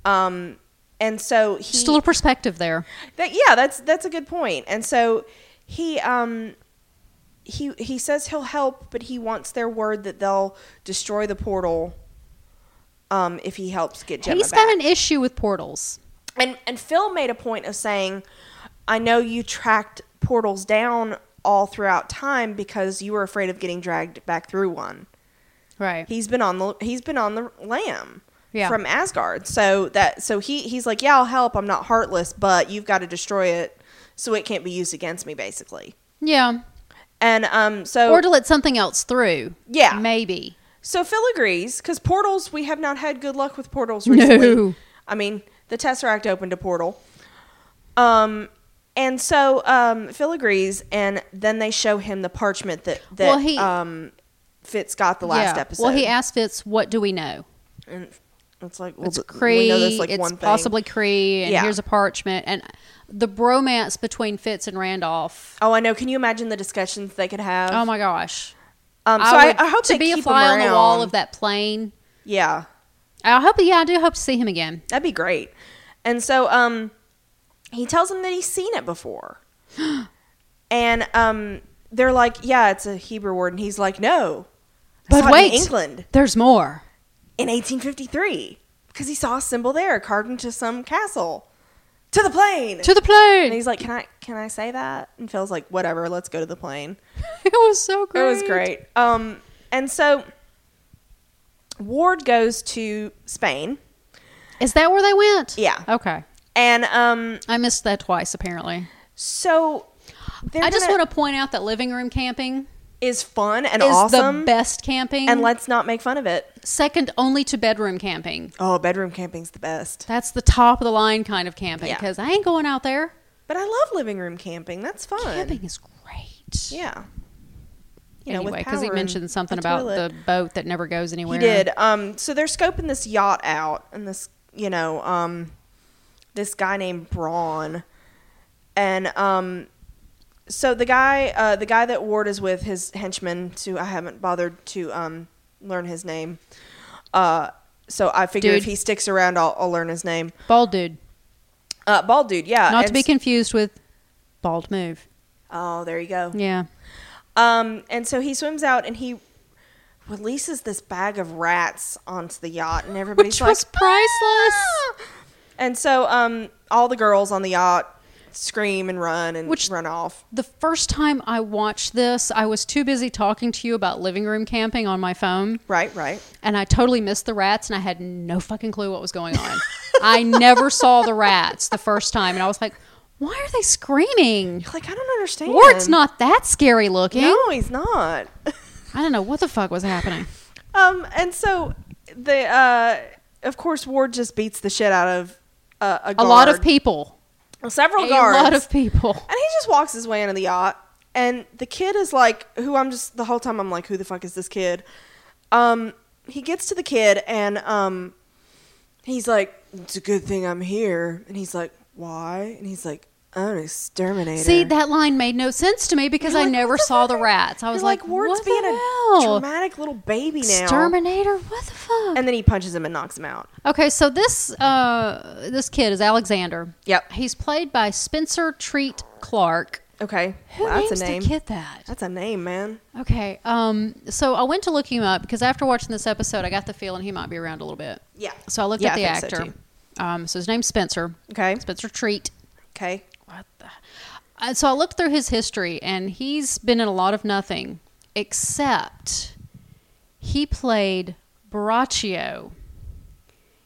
Speaker 1: Um, and so he
Speaker 2: Just a little perspective there.
Speaker 1: That yeah, that's that's a good point. And so he um he he says he'll help, but he wants their word that they'll destroy the portal um if he helps get Gemma
Speaker 2: He's
Speaker 1: back.
Speaker 2: got an issue with portals.
Speaker 1: and and Phil made a point of saying, "I know you tracked portals down all throughout time because you were afraid of getting dragged back through one."
Speaker 2: Right.
Speaker 1: He's been on the he's been on the lamb
Speaker 2: Yeah.
Speaker 1: from Asgard. So that so he he's like, yeah, I'll help. I'm not heartless, but you've got to destroy it so it can't be used against me, basically.
Speaker 2: yeah.
Speaker 1: And um, so
Speaker 2: Or to let something else through.
Speaker 1: Yeah.
Speaker 2: Maybe.
Speaker 1: so Phil agrees because portals we have not had good luck with portals recently.
Speaker 2: No.
Speaker 1: I mean the Tesseract opened a portal. Um. And so um, Phil agrees, and then they show him the parchment that that
Speaker 2: Well, he-
Speaker 1: um, Fitz got the last episode.
Speaker 2: Well, he asked Fitz, "What do we know?
Speaker 1: and it's like well,
Speaker 2: It's
Speaker 1: th-
Speaker 2: Cree.
Speaker 1: we know this like
Speaker 2: it's
Speaker 1: one thing.
Speaker 2: possibly Cree, and
Speaker 1: Yeah.
Speaker 2: here's a parchment." And the bromance between Fitz and Randolph.
Speaker 1: Oh, I know. Can you imagine the discussions they could have?
Speaker 2: Oh my gosh!
Speaker 1: um, so I,
Speaker 2: would-
Speaker 1: I hope
Speaker 2: to
Speaker 1: they
Speaker 2: be
Speaker 1: keep
Speaker 2: a fly
Speaker 1: him
Speaker 2: on
Speaker 1: around.
Speaker 2: the wall of that plane.
Speaker 1: Yeah,
Speaker 2: I hope. Yeah, I do hope to see him again.
Speaker 1: that'd be great. And so, um, he tells them that he's seen it before, and um, they're like, "Yeah, it's a Hebrew word," and he's like, "No, I
Speaker 2: But
Speaker 1: saw it
Speaker 2: wait.
Speaker 1: in England
Speaker 2: There's more.
Speaker 1: in 1853 because he saw a symbol there carved into some castle." To the plane.
Speaker 2: To the plane.
Speaker 1: and he's like, "Can I? Can I say that?" And Phil's like, "Whatever. Let's go to the plane."
Speaker 2: it was so great.
Speaker 1: It was great. Um, and so Ward goes to Spain,
Speaker 2: Is that where they went?
Speaker 1: Yeah.
Speaker 2: Okay.
Speaker 1: and um,
Speaker 2: I missed that twice, apparently.
Speaker 1: so
Speaker 2: I just want to point out that living room camping
Speaker 1: to is fun and
Speaker 2: is the
Speaker 1: awesome,
Speaker 2: best camping,
Speaker 1: and let's not make fun of it.
Speaker 2: second only to bedroom camping.
Speaker 1: Oh, bedroom camping's the best.
Speaker 2: That's the top of the line kind of camping
Speaker 1: Yeah.
Speaker 2: because I ain't going out there.
Speaker 1: But I love living room camping. That's fun.
Speaker 2: Camping is great.
Speaker 1: Yeah. You know, with
Speaker 2: Anyway, because he
Speaker 1: power and
Speaker 2: mentioned something
Speaker 1: a
Speaker 2: about
Speaker 1: toilet.
Speaker 2: the boat that never goes anywhere.
Speaker 1: He did. Um, so they're scoping this yacht out, and this, you know, um, this guy named Braun, and um, so the guy, uh, the guy that Ward is with, his henchman, who I haven't bothered to um, learn his name. Uh, so I figure if
Speaker 2: Dude.
Speaker 1: he sticks around, I'll, I'll learn his name.
Speaker 2: Bald dude.
Speaker 1: Uh, bald dude, yeah.
Speaker 2: Not to
Speaker 1: and
Speaker 2: be
Speaker 1: s-
Speaker 2: confused with bald move.
Speaker 1: oh, there you go.
Speaker 2: Yeah.
Speaker 1: Um, and so he swims out and he releases this bag of rats onto the yacht, and everybody's
Speaker 2: Which
Speaker 1: like,
Speaker 2: was priceless.
Speaker 1: "Ah!" And so um, all the girls on the yacht scream and run and
Speaker 2: Which-
Speaker 1: run off.
Speaker 2: The first time I watched this, I was too busy talking to you about living room camping on my phone.
Speaker 1: Right, right.
Speaker 2: and I totally missed the rats and I had no fucking clue what was going on. I never saw the rats the first time and I was like, why are they screaming?
Speaker 1: Like I don't understand.
Speaker 2: Ward's not that scary looking.
Speaker 1: No, he's not.
Speaker 2: I don't know what the fuck was happening.
Speaker 1: um, and so the uh, of course Ward just beats the shit out of uh, a
Speaker 2: A lot of
Speaker 1: guard.
Speaker 2: people.
Speaker 1: several
Speaker 2: A
Speaker 1: guards,
Speaker 2: lot of people.
Speaker 1: and he just walks his way into the yacht. And the kid is like, who I'm just the whole time I'm like, who the fuck is this kid? Um, he gets to the kid and um, he's like, it's a good thing I'm here. And he's like, why? And he's like, I'm an exterminator.
Speaker 2: See, that line made no sense to me because
Speaker 1: You're
Speaker 2: I
Speaker 1: like,
Speaker 2: never
Speaker 1: what the
Speaker 2: saw
Speaker 1: fuck?
Speaker 2: the rats. I
Speaker 1: You're
Speaker 2: was like,
Speaker 1: Ward's
Speaker 2: what
Speaker 1: being
Speaker 2: the
Speaker 1: a
Speaker 2: hell?
Speaker 1: dramatic little baby now.
Speaker 2: Exterminator? What the fuck?
Speaker 1: And then he punches him and knocks him out.
Speaker 2: Okay, so this uh, this kid is Alexander.
Speaker 1: Yep.
Speaker 2: He's played by Spencer Treat Clark.
Speaker 1: Okay,
Speaker 2: Who
Speaker 1: well,
Speaker 2: names
Speaker 1: that's a name.
Speaker 2: the kid that?
Speaker 1: That's a name, man.
Speaker 2: Okay. Um. So I went to look him up because after watching this episode, I got the feeling he might be around a little bit.
Speaker 1: Yeah.
Speaker 2: So I looked
Speaker 1: Yeah,
Speaker 2: at
Speaker 1: I
Speaker 2: the
Speaker 1: think so,
Speaker 2: actor. um. So his name's Spencer.
Speaker 1: Okay.
Speaker 2: Spencer Treat.
Speaker 1: Okay.
Speaker 2: What the? Uh, so I looked through his history, and he's been in a lot of nothing, except he played Braccio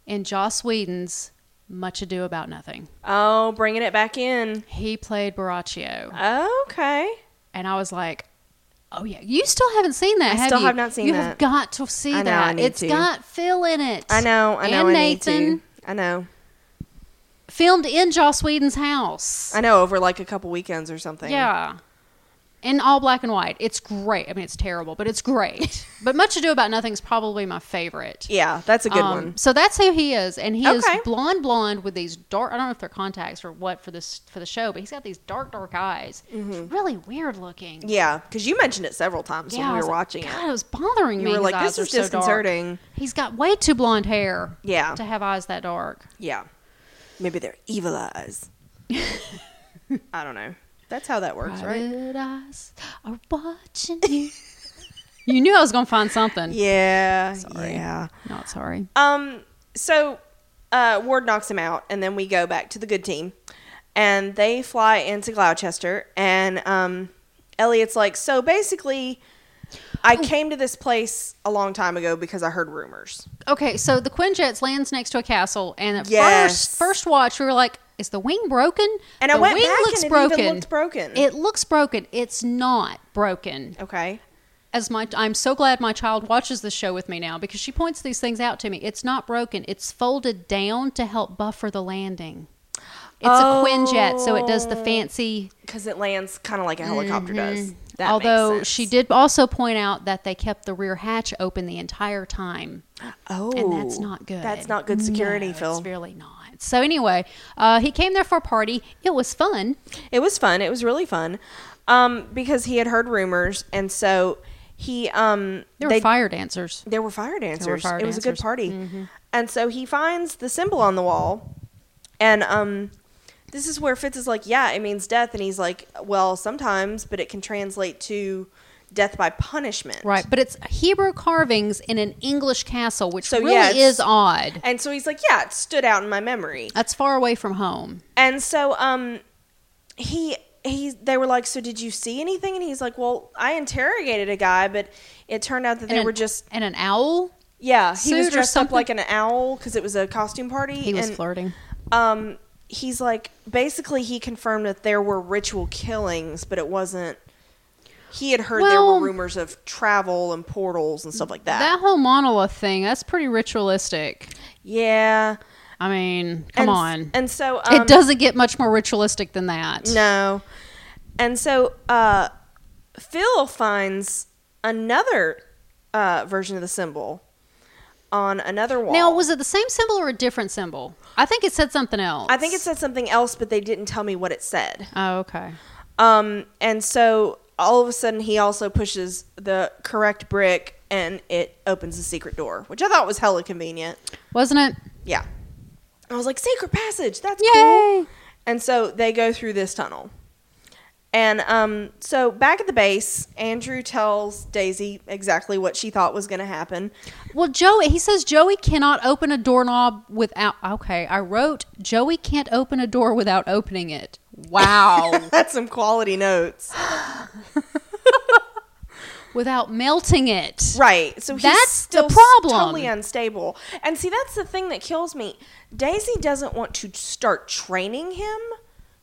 Speaker 2: in Joss Whedon's Much Ado About Nothing.
Speaker 1: Oh, bringing it back in.
Speaker 2: He played Braccio.
Speaker 1: Okay.
Speaker 2: and I was like, "Oh yeah, you still haven't seen that.
Speaker 1: I
Speaker 2: have
Speaker 1: still
Speaker 2: you?
Speaker 1: have not seen
Speaker 2: You
Speaker 1: that.
Speaker 2: have got to see
Speaker 1: I know, I
Speaker 2: that.
Speaker 1: need
Speaker 2: It's
Speaker 1: to.
Speaker 2: got Phil in it.
Speaker 1: I know. I know.
Speaker 2: And
Speaker 1: I
Speaker 2: Nathan
Speaker 1: Need to. I know.
Speaker 2: filmed in Joss Whedon's house.
Speaker 1: I know. Over like a couple weekends or something.
Speaker 2: yeah, in all black and white. It's great. I mean, it's terrible, but it's great. but Much Ado About Nothing is probably my favorite.
Speaker 1: Yeah, that's a good
Speaker 2: Um,
Speaker 1: one.
Speaker 2: So that's who he is, and he
Speaker 1: Okay.
Speaker 2: is blonde, blonde with these dark. I don't know if they're contacts or what for this for the show, but he's got these dark, dark eyes.
Speaker 1: Mm-hmm.
Speaker 2: It's really weird looking.
Speaker 1: Yeah, because you mentioned it several times
Speaker 2: I
Speaker 1: when we
Speaker 2: was
Speaker 1: were
Speaker 2: like,
Speaker 1: watching
Speaker 2: God,
Speaker 1: it.
Speaker 2: it was bothering
Speaker 1: You
Speaker 2: me.
Speaker 1: were
Speaker 2: His
Speaker 1: like,
Speaker 2: eyes
Speaker 1: "This is
Speaker 2: are so dark."
Speaker 1: disconcerting.
Speaker 2: He's got way too blonde hair.
Speaker 1: Yeah.
Speaker 2: To have eyes that dark.
Speaker 1: Yeah, maybe they're evil eyes. I don't know. That's how that works, right?
Speaker 2: Private eyes are watching you. you knew I was going to find something.
Speaker 1: Yeah.
Speaker 2: Sorry.
Speaker 1: Yeah.
Speaker 2: Not sorry.
Speaker 1: Um. So, uh, Ward knocks him out, and then we go back to the good team, and they fly into Gloucester, and um, Elliot's like, so basically,
Speaker 2: Oh.
Speaker 1: I came to this place a long time ago because I heard rumors.
Speaker 2: Okay, so the Quinjets lands next to a castle, and at
Speaker 1: Yes.
Speaker 2: first, first watch, we were like, "Is the wing broken?"
Speaker 1: And I
Speaker 2: the
Speaker 1: went back, and it even looked broken.
Speaker 2: It looks broken. It's not broken.
Speaker 1: Okay.
Speaker 2: as my I'm so glad my child watches this show with me now because she points these things out to me. It's not broken. It's folded down to help buffer the landing. It's a Quinjet, so it
Speaker 1: Oh.
Speaker 2: does the fancy.
Speaker 1: Because it lands kind of like a helicopter does. That
Speaker 2: Mm-hmm. although
Speaker 1: makes sense.
Speaker 2: she did also point out that they kept the rear hatch open the entire time,
Speaker 1: oh,
Speaker 2: and that's not good.
Speaker 1: That's not good security,
Speaker 2: No,
Speaker 1: Phil.
Speaker 2: It's really not. So anyway, uh, he came there for a party. It was fun.
Speaker 1: It was fun. It was really fun, um, because he had heard rumors, and so he um
Speaker 2: There
Speaker 1: they-
Speaker 2: were fire dancers.
Speaker 1: There were fire dancers.
Speaker 2: fire
Speaker 1: it was a good
Speaker 2: dancers. Mm-hmm.
Speaker 1: party. And so he finds the symbol on the wall, and um, this is where Fitz is like, "Yeah, it means death," and he's like, "Well, sometimes, but it can translate to death by punishment."
Speaker 2: Right, but it's Hebrew carvings in an English castle, which
Speaker 1: So,
Speaker 2: really
Speaker 1: yeah, it's-
Speaker 2: is odd.
Speaker 1: And so he's like, "Yeah, it stood out in my memory."
Speaker 2: That's far away from home.
Speaker 1: And so um he he they were like, "So did you see anything?" And he's like, "Well, I interrogated a guy, but it turned out that they
Speaker 2: And
Speaker 1: were
Speaker 2: an-
Speaker 1: just
Speaker 2: and an owl.
Speaker 1: yeah, he was
Speaker 2: suit or
Speaker 1: dressed up
Speaker 2: something?
Speaker 1: like an owl cuz it was a costume party
Speaker 2: He was
Speaker 1: and
Speaker 2: flirting.
Speaker 1: um he's like basically he confirmed that there were ritual killings, but it wasn't he had heard there were
Speaker 2: Well-
Speaker 1: rumors of travel and portals and stuff like that.
Speaker 2: That whole monolith thing. That's pretty ritualistic.
Speaker 1: yeah.
Speaker 2: I mean,
Speaker 1: and,
Speaker 2: come on.
Speaker 1: And so um,
Speaker 2: it doesn't get much more ritualistic than that.
Speaker 1: No. And so uh, Phil finds another uh, version of the symbol on another wall.
Speaker 2: Now, was it the same symbol or a different symbol? I think it said something else.
Speaker 1: I think it said something else, but they didn't tell me what it said.
Speaker 2: Oh, okay.
Speaker 1: Um, and so all of a sudden, he also pushes the correct brick and it opens the secret door, which I thought was hella convenient.
Speaker 2: Wasn't it?
Speaker 1: Yeah. I was like, secret passage. That's
Speaker 2: Yay!
Speaker 1: cool. And so they go through this tunnel. And um, so back at the base, Andrew tells Daisy exactly what she thought was going to happen.
Speaker 2: Well, Joey, he says Joey cannot open a doorknob without. Okay, I wrote Joey can't open a door without opening it. Wow.
Speaker 1: That's some quality notes.
Speaker 2: without melting it.
Speaker 1: Right. So he's
Speaker 2: That's
Speaker 1: still
Speaker 2: the problem.
Speaker 1: Totally unstable. And see, that's the thing that kills me. Daisy doesn't want to start training him.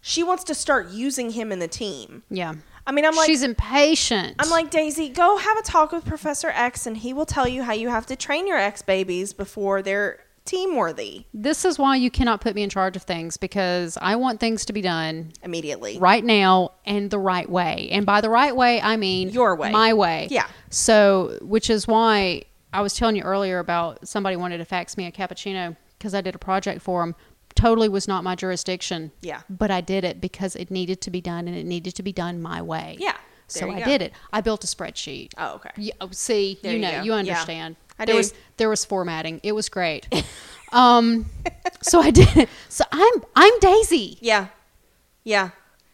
Speaker 1: She wants to start using him in the team.
Speaker 2: Yeah.
Speaker 1: I mean, I'm like,
Speaker 2: She's impatient.
Speaker 1: I'm like Daisy. Go have a talk with Professor X, and he will tell you how you have to train your ex babies before they're team worthy
Speaker 2: this is why you cannot put me in charge of things because I want things to be done
Speaker 1: immediately.
Speaker 2: right now and the right way. And by the right way, I mean
Speaker 1: Your way.
Speaker 2: my way.
Speaker 1: Yeah.
Speaker 2: So, which is why I was telling you earlier about somebody wanted to fax me a cappuccino because I did a project for them. Totally was not my jurisdiction.
Speaker 1: Yeah.
Speaker 2: But I did it because it needed to be done and it needed to be done my way.
Speaker 1: Yeah.
Speaker 2: So
Speaker 1: There you
Speaker 2: I
Speaker 1: go.
Speaker 2: did it. I built a spreadsheet.
Speaker 1: Oh, okay.
Speaker 2: Yeah, oh, see,
Speaker 1: There
Speaker 2: you
Speaker 1: you
Speaker 2: know,
Speaker 1: go.
Speaker 2: you
Speaker 1: Yeah.
Speaker 2: understand.
Speaker 1: I
Speaker 2: there
Speaker 1: do.
Speaker 2: was there was formatting. It was great. um, so I did it. So I'm I'm Daisy.
Speaker 1: Yeah. Yeah.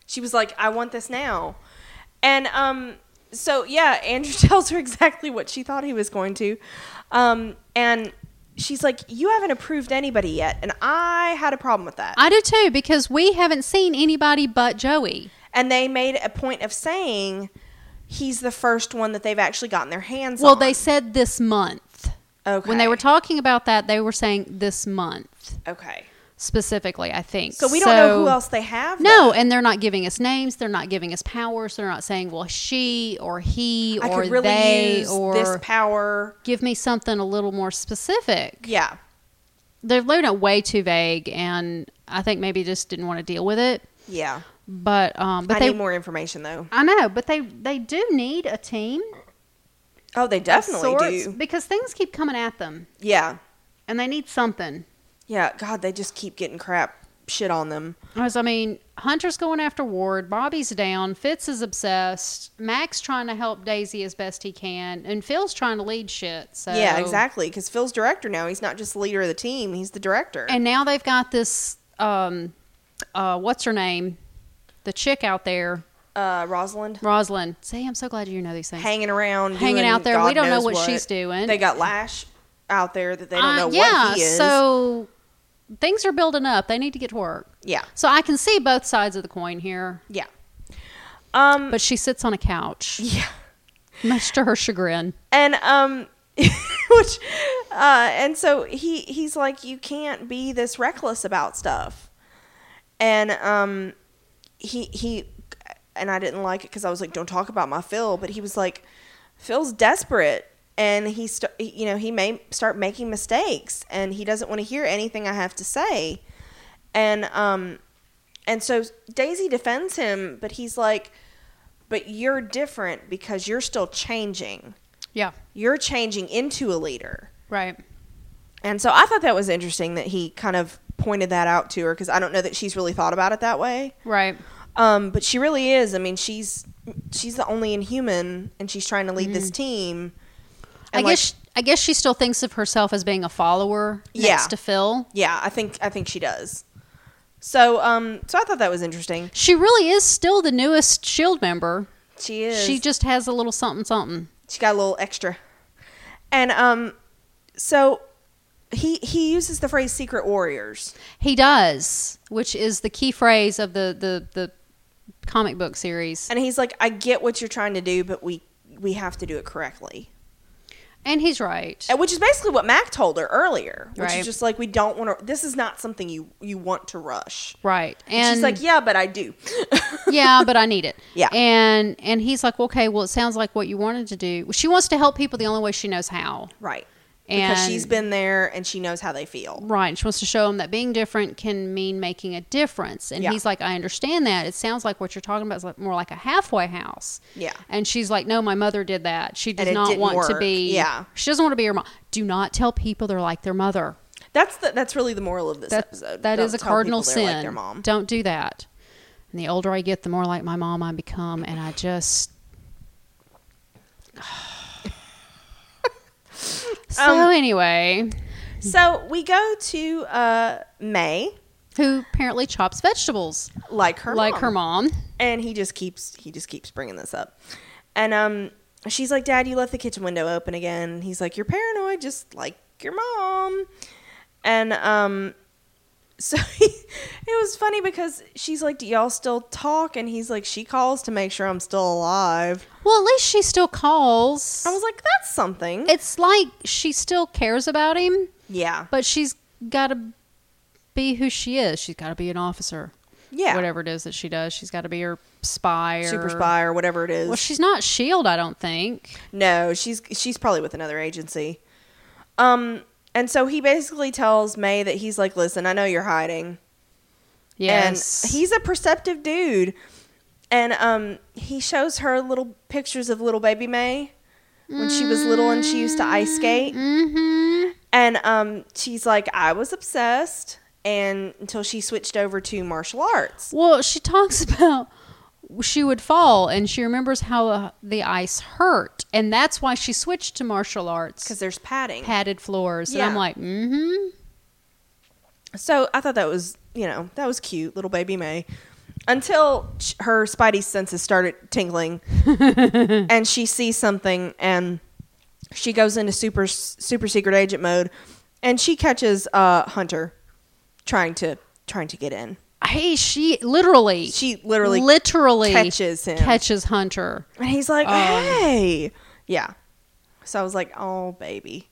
Speaker 1: She was like, I want this now. And um so yeah, Andrew tells her exactly what she thought he was going to. Um and she's like, You haven't approved anybody yet and I had a problem with that.
Speaker 2: I do too because we haven't seen anybody but Joey.
Speaker 1: and they made a point of saying he's the first one that they've actually gotten their hands
Speaker 2: Well,
Speaker 1: on.
Speaker 2: they said this month.
Speaker 1: Okay.
Speaker 2: When they were talking about that, they were saying this month
Speaker 1: Okay.
Speaker 2: specifically, I think.
Speaker 1: So we don't know who else they have.
Speaker 2: No,
Speaker 1: though.
Speaker 2: and they're not giving us names. They're not giving us powers. They're not saying, well, she or he
Speaker 1: I
Speaker 2: or
Speaker 1: could really
Speaker 2: they
Speaker 1: use
Speaker 2: or
Speaker 1: this power.
Speaker 2: give me something a little more specific.
Speaker 1: Yeah.
Speaker 2: they're leaving it way too vague, and I think maybe just didn't want to deal with it.
Speaker 1: Yeah.
Speaker 2: But um, but
Speaker 1: I
Speaker 2: they
Speaker 1: need more information though.
Speaker 2: I know, but they they do need a team
Speaker 1: Oh, they
Speaker 2: of
Speaker 1: definitely
Speaker 2: sorts,
Speaker 1: do.
Speaker 2: because things keep coming at them,
Speaker 1: Yeah.
Speaker 2: and they need something.
Speaker 1: Yeah, God, they just keep getting crap shit on them.
Speaker 2: Because I mean, Hunter's going after Ward, Bobby's down, Fitz is obsessed, Max trying to help Daisy as best he can, and Phil's trying to lead shit. So
Speaker 1: Yeah, exactly. Because Phil's director now. He's not just the leader of the team; he's the director.
Speaker 2: And now they've got this um, uh, what's her name, the chick out there,
Speaker 1: uh, Rosalind
Speaker 2: Rosalind. See, I'm so glad you know these things.
Speaker 1: hanging around,
Speaker 2: Hanging
Speaker 1: doing
Speaker 2: out there.
Speaker 1: God
Speaker 2: We don't know
Speaker 1: knows
Speaker 2: what she's doing.
Speaker 1: They got Lash out there that they don't
Speaker 2: Uh,
Speaker 1: know what he is.
Speaker 2: So things are building up. They need to get to work.
Speaker 1: yeah,
Speaker 2: So I can see both sides of the coin here.
Speaker 1: yeah. Um,
Speaker 2: But she sits on a couch,
Speaker 1: yeah,
Speaker 2: much to her chagrin.
Speaker 1: and um, which, uh, and so he he's like, you can't be this reckless about stuff, and um, he he and I didn't like it because I was like, don't talk about my Phil. But he was like, Phil's desperate, and he st- you know he may start making mistakes, and he doesn't want to hear anything I have to say, and um, and so Daisy defends him, but he's like, but you're different because you're still changing.
Speaker 2: Yeah,
Speaker 1: You're changing into a leader.
Speaker 2: right.
Speaker 1: And so I thought that was interesting that he kind of pointed that out to her because I don't know that she's really thought about it that way.
Speaker 2: Right.
Speaker 1: Um, but she really is. I mean, she's she's the only inhuman, and she's trying to lead this team.
Speaker 2: I
Speaker 1: And, like,
Speaker 2: guess I guess she still thinks of herself as being a follower
Speaker 1: Yeah.
Speaker 2: next to Phil.
Speaker 1: yeah, I think I think she does. So, um, so I thought that was interesting.
Speaker 2: She really is still the newest Shield E member.
Speaker 1: She is.
Speaker 2: She just has a little something something.
Speaker 1: she got a little extra, and um, so he he uses the phrase "secret warriors."
Speaker 2: He does, which is the key phrase of the the, the comic book series.
Speaker 1: And he's like, I get what you're trying to do, but we we have to do it correctly.
Speaker 2: And he's right.
Speaker 1: And which is basically what Mac told her earlier, which
Speaker 2: Right.
Speaker 1: is just like we don't want to. This is not something you you want to rush.
Speaker 2: Right.
Speaker 1: And
Speaker 2: And
Speaker 1: she's like, yeah, but I do.
Speaker 2: yeah, but I need it.
Speaker 1: Yeah.
Speaker 2: And and he's like, okay, well, it sounds like what you wanted to do. Well, She wants to help people the only way she knows how.
Speaker 1: Right. because
Speaker 2: And-
Speaker 1: she's been there and she knows how they feel.
Speaker 2: Right. And she wants to show him that being different can mean making a difference. And
Speaker 1: Yeah.
Speaker 2: he's like, I understand that. It sounds like what you're talking about is like more like a halfway house.
Speaker 1: Yeah.
Speaker 2: And she's like, no, my mother did that. She does
Speaker 1: it
Speaker 2: not
Speaker 1: didn't
Speaker 2: want to
Speaker 1: work.
Speaker 2: be.
Speaker 1: Yeah.
Speaker 2: She doesn't want to be your mom. Do not tell people they're like their mother.
Speaker 1: That's the, that's really the moral of this
Speaker 2: That,
Speaker 1: episode.
Speaker 2: that
Speaker 1: uh, Don't
Speaker 2: is a
Speaker 1: tell
Speaker 2: cardinal
Speaker 1: people they're
Speaker 2: sin.
Speaker 1: Like their mom.
Speaker 2: Don't do that. And the older I get, the more like my mom I become, and I just. so
Speaker 1: Um,
Speaker 2: anyway,
Speaker 1: So we go to uh, May,
Speaker 2: who apparently chops vegetables
Speaker 1: like her
Speaker 2: like
Speaker 1: mom.
Speaker 2: her mom.
Speaker 1: and he just keeps he just keeps bringing this up and um she's like dad you left the kitchen window open again And he's like you're paranoid just like your mom and um so he, it was funny because she's like do y'all still talk and he's like she calls to make sure i'm still alive
Speaker 2: Well, at least she still calls.
Speaker 1: i was like that's something
Speaker 2: it's like she still cares about him,
Speaker 1: yeah
Speaker 2: but she's got to be who she is. She's got to be an officer.
Speaker 1: yeah
Speaker 2: Whatever it is that she does, she's got to be her spy or
Speaker 1: super spy or whatever it is
Speaker 2: Well, she's not Shield, I don't think.
Speaker 1: No, she's she's probably with another agency. Um, and so he basically tells May that he's like, "Listen, I know you're hiding."
Speaker 2: Yes,
Speaker 1: And he's a perceptive dude. And um, he shows her little pictures of little baby May when she was little and she used to ice skate.
Speaker 2: Mm-hmm.
Speaker 1: And um, she's like, "I was obsessed." And until she switched over to martial arts.
Speaker 2: Well, she talks about she would fall, and she remembers how uh, the ice hurt, and that's why she switched to martial
Speaker 1: Because
Speaker 2: arts,
Speaker 1: there's padding.
Speaker 2: padded floors. And I'm
Speaker 1: Yeah.
Speaker 2: like, mm-hmm.
Speaker 1: So I thought that was, you know, that was cute, little baby May. Until sh- her spidey senses started tingling and she sees something and she goes into super super secret agent mode and she catches uh Hunter trying to trying to get in.
Speaker 2: Hey, she literally,
Speaker 1: She literally
Speaker 2: literally
Speaker 1: catches him.
Speaker 2: catches Hunter.
Speaker 1: And he's like,
Speaker 2: Um,
Speaker 1: "Hey." Yeah. So I was like, "Oh, baby."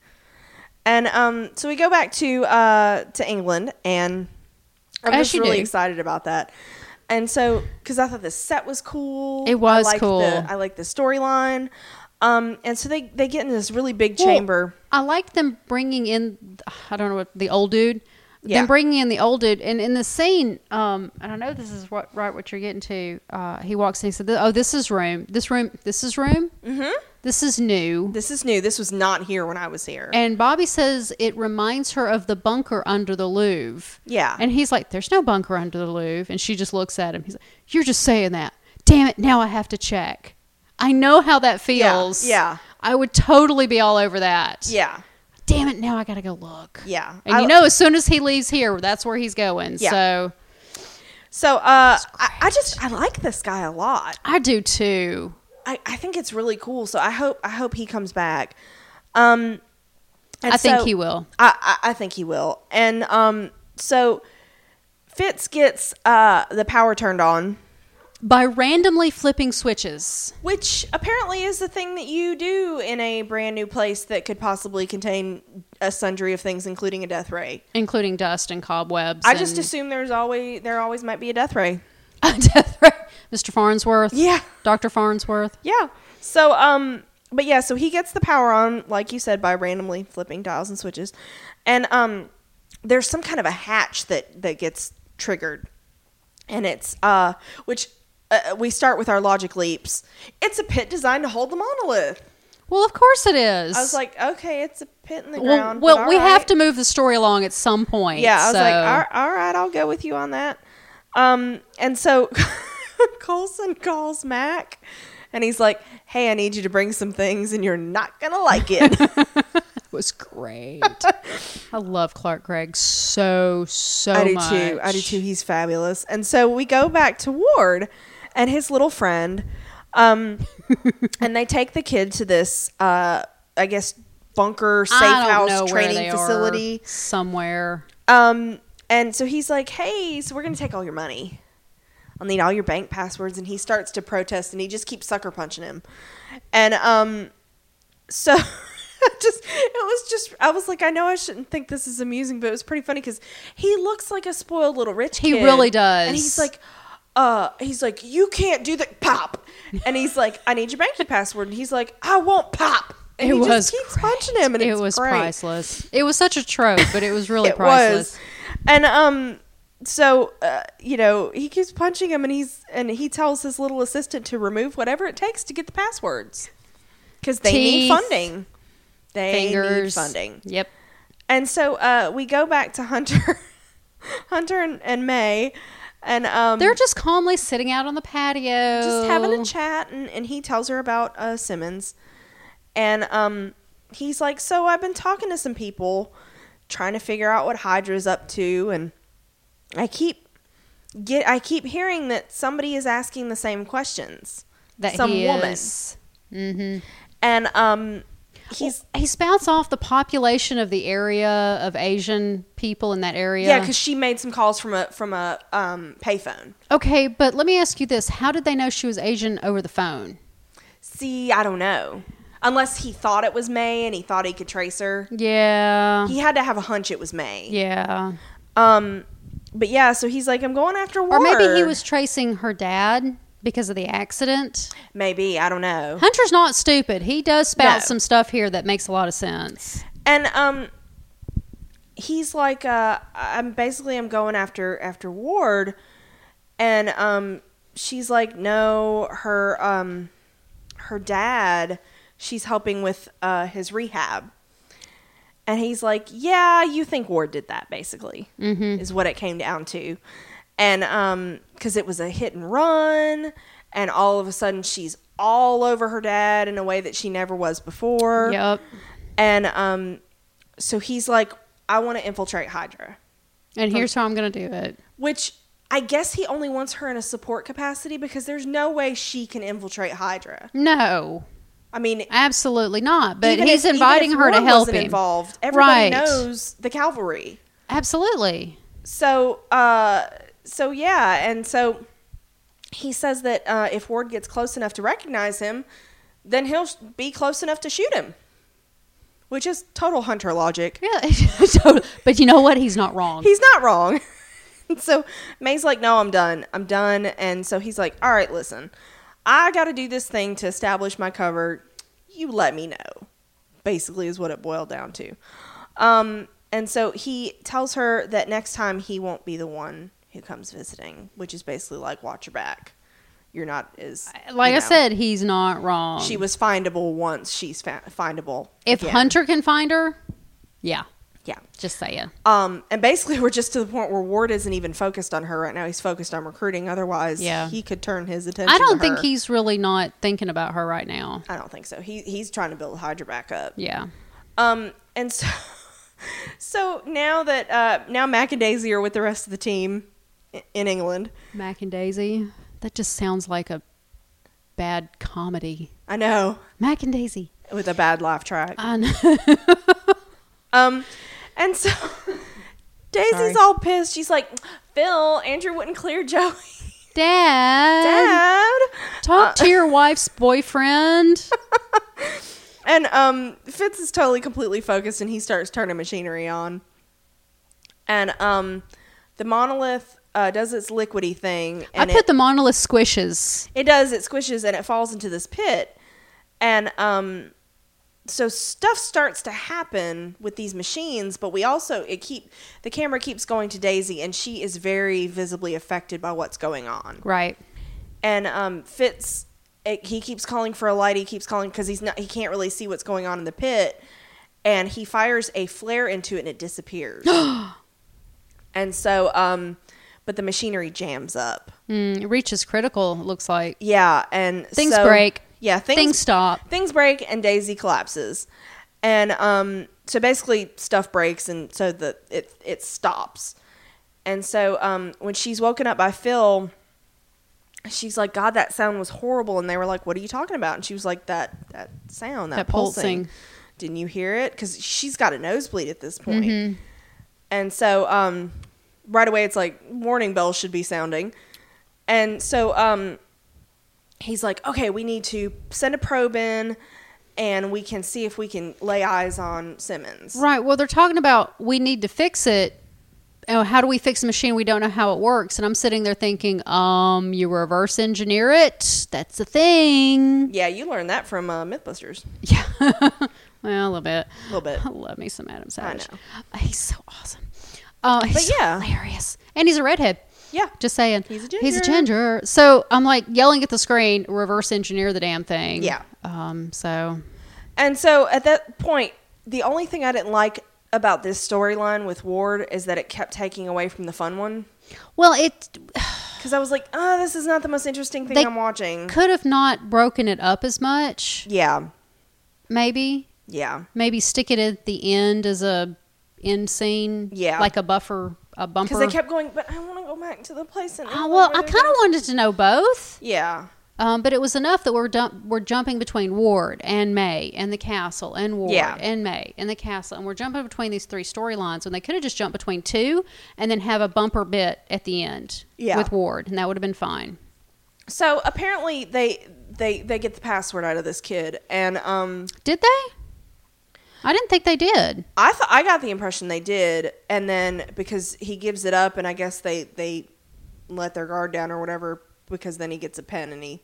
Speaker 1: And um so we go back to uh to England and I'm
Speaker 2: As
Speaker 1: just
Speaker 2: you
Speaker 1: really
Speaker 2: do.
Speaker 1: excited about that. And so cuz I thought the set was cool.
Speaker 2: It was
Speaker 1: I liked
Speaker 2: cool.
Speaker 1: The, I like the storyline. Um and so they they get in this really big chamber.
Speaker 2: I like them bringing in, I don't know what the old dude.
Speaker 1: Yeah.
Speaker 2: Them bringing in the old dude, and in the scene, um, and I know this is what right what you're getting to. Uh, he walks in, he said, "Oh, this is room. This room. This is room. Mm-hmm. This is new."
Speaker 1: This is new. This was not here when I was here.
Speaker 2: And Bobby says it reminds her of the bunker under the Louvre.
Speaker 1: Yeah.
Speaker 2: And he's like, "There's no bunker under the Louvre," and she just looks at him. He's like, "You're just saying that. Damn it! Now I have to check. I know how that feels.
Speaker 1: yeah.
Speaker 2: I would totally be all over that.
Speaker 1: yeah.
Speaker 2: Damn it! Now I gotta go look.
Speaker 1: Yeah.
Speaker 2: And
Speaker 1: I-
Speaker 2: you know, as soon as he leaves here, that's where he's going.
Speaker 1: Yeah.
Speaker 2: So
Speaker 1: So uh I, I just I like this guy a lot.
Speaker 2: I do too.
Speaker 1: I, I think it's really cool. So I hope I hope he comes back. Um, and
Speaker 2: I think
Speaker 1: so-
Speaker 2: he will.
Speaker 1: I, I, I think he will. And um, so Fitz gets uh, the power turned on,
Speaker 2: By randomly flipping switches.
Speaker 1: which apparently is the thing that you do in a brand new place that could possibly contain a sundry of things, including a death ray.
Speaker 2: Including dust and cobwebs.
Speaker 1: I just
Speaker 2: and-
Speaker 1: assume there's always there always might be a death ray.
Speaker 2: Death Ray. Mr. Farnsworth.
Speaker 1: Yeah.
Speaker 2: Dr. Farnsworth.
Speaker 1: Yeah. So, um, but yeah, so he gets the power on, like you said, by randomly flipping dials and switches, and um, there's some kind of a hatch that that gets triggered, and it's uh, which uh, we start with our logic leaps. It's a pit designed to hold the monolith.
Speaker 2: Well, of course it is.
Speaker 1: I was like, okay, it's a pit in the
Speaker 2: well,
Speaker 1: ground.
Speaker 2: well,
Speaker 1: but
Speaker 2: we
Speaker 1: alright.
Speaker 2: have to move the story along at some point.
Speaker 1: Yeah, I was
Speaker 2: so.
Speaker 1: like, all, all right, I'll go with you on that. Um, and so Colson calls Mac, and he's like, "Hey, I need you to bring some things, and you're not gonna like it."
Speaker 2: it was great. I love Clark Gregg so, so
Speaker 1: I do
Speaker 2: Oh much.
Speaker 1: too. I do too. He's fabulous. And so we go back to Ward and his little friend, um, and they take the kid to this, uh, I guess, bunker safe
Speaker 2: I don't know
Speaker 1: house
Speaker 2: where they
Speaker 1: training
Speaker 2: are.
Speaker 1: facility.
Speaker 2: somewhere.
Speaker 1: Um, and so he's like, "Hey, so we're gonna take all your money. I'll need all your bank passwords." And he starts to protest, and he just keeps sucker punching him. And um, so just it was just I was like, I know I shouldn't think this is amusing, but it was pretty funny because he looks like a spoiled little rich.
Speaker 2: He
Speaker 1: kid.
Speaker 2: really does.
Speaker 1: And he's like. Uh, he's like, you can't do that, pop. And he's like, I need your banking password. And he's like, I won't pop. And
Speaker 2: it
Speaker 1: he
Speaker 2: was
Speaker 1: just keeps
Speaker 2: great.
Speaker 1: punching him, and
Speaker 2: it
Speaker 1: it's
Speaker 2: was
Speaker 1: great
Speaker 2: priceless. It was such a trope, but it was really priceless.
Speaker 1: and um so uh, you know he keeps punching him and he's and he tells his little assistant to remove whatever it takes to get the passwords because they need
Speaker 2: Teeth.
Speaker 1: funding they
Speaker 2: Fingers
Speaker 1: need funding
Speaker 2: Yep.
Speaker 1: and so uh, we go back to hunter hunter and, and may And um,
Speaker 2: They're just calmly sitting out on the patio.
Speaker 1: just
Speaker 2: Oh.
Speaker 1: having a chat and, and he tells her about uh, simmons and um, he's like so i've been talking to some people trying to figure out what hydra's up to and i keep get i keep hearing that somebody is asking the same questions
Speaker 2: that
Speaker 1: some
Speaker 2: he
Speaker 1: woman.
Speaker 2: is. Mhm.
Speaker 1: and um, he's
Speaker 2: He spouts off the population of the area of Asian people in that area.
Speaker 1: yeah because she made some calls from a from a um, payphone
Speaker 2: okay, but let me ask you this: How did they know she was Asian over the phone?
Speaker 1: see i don't know unless he thought it was may and he thought he could trace her
Speaker 2: Yeah,
Speaker 1: he had to have a hunch it was may
Speaker 2: yeah.
Speaker 1: Um, but yeah, so he's like, I'm going after Ward.
Speaker 2: Or maybe he was tracing her dad because of the accident.
Speaker 1: Maybe I don't know.
Speaker 2: Hunter's not stupid. He does spout
Speaker 1: No.
Speaker 2: some stuff here that makes a lot of sense.
Speaker 1: And um, he's like, uh, I'm basically I'm going after after Ward, and um, she's like, no, her um, her dad, she's helping with uh his rehab. And he's like, "Yeah, you think Ward did that, basically, mm-hmm. is what it came down to." And um, because it was a hit and run, and all of a sudden she's all over her dad in a way that she never was before.
Speaker 2: Yep.
Speaker 1: And um, so he's like, "I want to infiltrate Hydra,"
Speaker 2: And here's how I'm going to do it.
Speaker 1: which I guess he only wants her in a support capacity because there's no way she can infiltrate Hydra.
Speaker 2: No,
Speaker 1: I mean,
Speaker 2: absolutely not. But
Speaker 1: even
Speaker 2: he's
Speaker 1: if- even
Speaker 2: inviting
Speaker 1: if
Speaker 2: her to
Speaker 1: Ward
Speaker 2: help
Speaker 1: wasn't
Speaker 2: him.
Speaker 1: Involved. Everybody
Speaker 2: Right.
Speaker 1: knows the cavalry.
Speaker 2: Absolutely.
Speaker 1: so uh so yeah and so he says that uh if ward gets close enough to recognize him then he'll sh- be close enough to shoot him which is total hunter logic
Speaker 2: Yeah. So- but you know what? He's not wrong.
Speaker 1: he's not wrong so may's like no i'm done i'm done and so he's like all right listen i gotta do this thing to establish my cover you let me know basically is what it boiled down to um and so he tells her that next time he won't be the one who comes visiting which is basically like watch your back you're not as
Speaker 2: like
Speaker 1: you know.
Speaker 2: I said, he's not wrong.
Speaker 1: she was findable once she's fa- findable
Speaker 2: if
Speaker 1: again.
Speaker 2: Hunter can find her, yeah,
Speaker 1: yeah
Speaker 2: just saying.
Speaker 1: Um, and basically, we're just to the point where Ward isn't even focused on her right now. He's focused on recruiting. Otherwise,
Speaker 2: Yeah.
Speaker 1: he could turn his attention.
Speaker 2: I
Speaker 1: to
Speaker 2: don't think
Speaker 1: her.
Speaker 2: he's really not thinking about her right now.
Speaker 1: I don't think so. He he's trying to build Hydra back up.
Speaker 2: Yeah.
Speaker 1: Um, and so, so now that uh, now Mac and Daisy are with the rest of the team i- in England.
Speaker 2: Mac and Daisy. That just sounds like a bad comedy.
Speaker 1: I know
Speaker 2: Mac and Daisy.
Speaker 1: with a bad laugh track.
Speaker 2: I know.
Speaker 1: Um, and so Daisy's
Speaker 2: Sorry.
Speaker 1: all pissed. She's like, Phil, Andrew wouldn't clear Joey.
Speaker 2: Dad,
Speaker 1: Dad. Uh.
Speaker 2: talk to your wife's boyfriend.
Speaker 1: And um, Fitz is totally completely focused, and he starts turning machinery on. And um, the monolith uh, does its liquidy thing,
Speaker 2: I
Speaker 1: and
Speaker 2: put
Speaker 1: it,
Speaker 2: the monolith squishes.
Speaker 1: it does it squishes and it falls into this pit, and um, so stuff starts to happen with these machines. But we also it keep the camera keeps going to Daisy, and she is very visibly affected by what's going on
Speaker 2: Right.
Speaker 1: and um, Fitz it, he keeps calling for a light. He keeps calling because he's not he can't really see what's going on in the pit, and he fires a flare into it and it disappears. and so, um, but the machinery jams up.
Speaker 2: Mm, it reaches critical. it Looks like
Speaker 1: Yeah, and
Speaker 2: Things
Speaker 1: so-
Speaker 2: break.
Speaker 1: Yeah, things,
Speaker 2: things, stop.
Speaker 1: Things break and Daisy collapses, and um, so basically stuff breaks and so the it it stops, and so um, when she's woken up by Phil, she's like, "God, that sound was horrible," and they were like, "What are you talking about?" And she was like, "That that sound, that,
Speaker 2: That
Speaker 1: pulsing.
Speaker 2: pulsing.
Speaker 1: didn't you hear it?" Because she's got a nosebleed at this point,
Speaker 2: Mm-hmm.
Speaker 1: and so um, right away it's like warning bells should be sounding, and so um he's like, okay, we need to send a probe in and we can see if we can lay eyes on Simmons.
Speaker 2: Right. Well, they're talking about we need to fix it. Oh, how do we fix a machine? We don't know how it works. And I'm sitting there thinking, um, you reverse engineer it. That's a thing.
Speaker 1: Yeah, you learned that from uh, Mythbusters
Speaker 2: Yeah. well, a little bit.
Speaker 1: a little bit.
Speaker 2: I love me some Adam Savage.
Speaker 1: know.
Speaker 2: Uh, He's so awesome. Oh, he's
Speaker 1: But
Speaker 2: so
Speaker 1: yeah.
Speaker 2: hilarious. And he's a redhead.
Speaker 1: Yeah.
Speaker 2: Just saying.
Speaker 1: He's a
Speaker 2: He's a
Speaker 1: ginger.
Speaker 2: ginger. So I'm like yelling at the screen, reverse engineer the damn thing.
Speaker 1: Yeah.
Speaker 2: Um, so
Speaker 1: And so at that point, the only thing I didn't like about this storyline with Ward is that it kept taking away from the fun one.
Speaker 2: Well, it
Speaker 1: Because I was like, oh, this is not the most interesting thing
Speaker 2: They-
Speaker 1: I'm watching.
Speaker 2: Mm-hmm. Could have not broken it up as much,
Speaker 1: Yeah.
Speaker 2: maybe.
Speaker 1: Yeah.
Speaker 2: Maybe stick it at the end as a end scene.
Speaker 1: Yeah.
Speaker 2: Like a buffer, a bumper.
Speaker 1: Because they kept going, but I want to go back to the place. And
Speaker 2: Oh, well, I kind of wanted to know both,
Speaker 1: Yeah.
Speaker 2: um, but it was enough that we're dump- we're jumping between Ward and May and the castle and Ward
Speaker 1: Yeah.
Speaker 2: and May and the castle, and we're jumping between these three storylines when they could have just jumped between two and then have a bumper bit at the end
Speaker 1: Yeah.
Speaker 2: with Ward, and that would have been fine.
Speaker 1: So apparently they they they get the password out of this kid, and um,
Speaker 2: Did they? I didn't think they did.
Speaker 1: I thought I got the impression they did, and then because he gives it up, and I guess they they let their guard down or whatever, because then he gets a pen and he